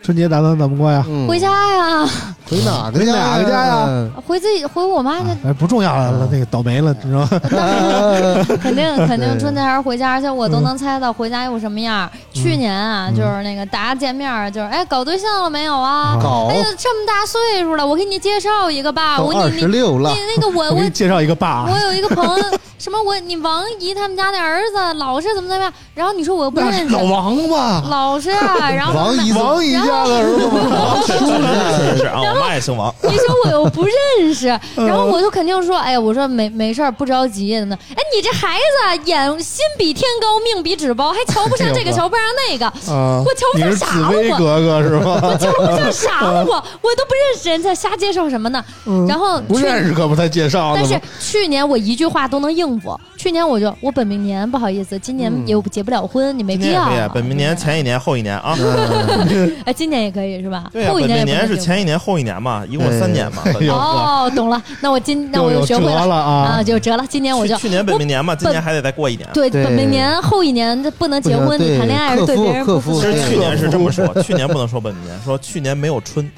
春节打算怎么过呀？嗯回家呀，回哪个回哪个家呀呀？回自己回我妈 家，哎，不重要了，那个倒霉了，知道吗？哎肯定 肯定对春节还是回家，而且我都能猜到回家又什么样儿。去年啊，嗯就是那个大家见面儿，就是哎搞对象了没有啊？搞哎呀，这么大岁数了，我给你介绍一个吧，都我二你你十六了你，那个呃我 我给我你介绍一个爸我啊，有一个朋友，什么我你王姨他们家那儿子老是怎么怎么样，然后你说我又不那认是识老，王嘛，老是，啊然后王姨王姨家的儿子嘛， 是是是啊，我妈也姓王， 你说我又不认识，嗯 然后我就肯定说，哎呀，我说没没事儿，不着急怎么的。哎，你这孩子眼心比天高，命比纸薄，还瞧不上这哎个，呦瞧不上那个，啊我瞧不你上是傻紫了薇我。格格是吧？我 瞧不上傻了嗯我，我都不认识人家，瞎介绍什么呢？然后不去认识可不太介哦绍呢但是吗？去年我一句话都能应付。去年我就我本命年不好意思，今年嗯也结不了婚，你没今必年也要可以了。，哎本命年对前一年后一年啊，嗯哎，今年也可以是吧？对呀，后一本年也命不年能是定前一年后一年嘛，一共三年嘛，哎呦呵，哦，懂了。那我今那我又又有学辙会了了啊啊，！有辙了。今年我去就去年本命年嘛，今年还得再过一年。对对本命年后一年这不能结不婚，能对你谈恋爱是克对夫别人不克负夫责其任。实去年是这么说，去年不能说本命年，说去年没有春。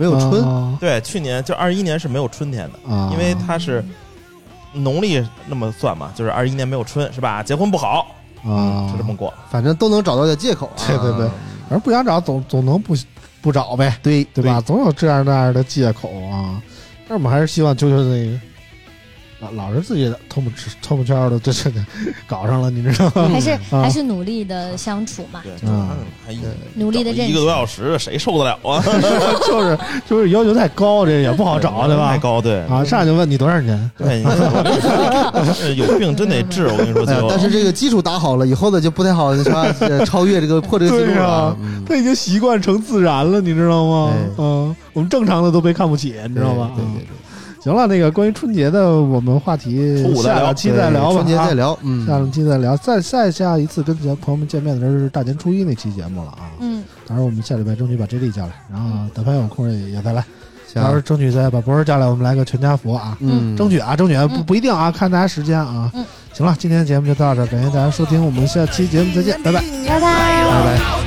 没有春，啊对，去年就二一年是没有春天的，啊，因为它是农历那么算嘛，就是二一年没有春是吧？结婚不好，啊就这么过。反正都能找到点借口啊。对对对，反正不想找总总能不不找呗，对对吧？？总有这样那样的借口啊。但是我们还是希望啾啾那个老老是自己偷摸吃偷摸圈的，这这这搞上了，你知道吗？ 还是啊还是努力的相处嘛，嗯对，嗯还一努力的认一个识。多小时，谁受得了啊？就是就是要求太高，这也不好找，对 太吧？高，对啊，上来就问你多少钱？对，你看我跟你说呃 有病真得治，我跟 你说，哎呀就但是这个基础打好了，以后的就不太好超超越这个破这个记录对啊了。嗯他已经习惯成自然了，你知道吗对？嗯，我们正常的都被看不起，你知道吧？对对嗯对对，行了，那个关于春节的我们话题初，五再下聊两期再聊吧，春节啊再聊。嗯，下星期再聊，再再下一次跟咱朋友们见面的时候是大年初一那期节目了啊。嗯，到时候我们下礼拜争取把 J D 叫来，然后大潘有空也也再来，到时候行，争取再把博士叫来，我们来个全家福啊，嗯，争取啊，争取啊，不嗯不一定啊，看大家时间啊。嗯嗯行了，今天节目就到这儿，感谢大家收听，我们下期节目再见，拜拜。拜拜。拜拜。啊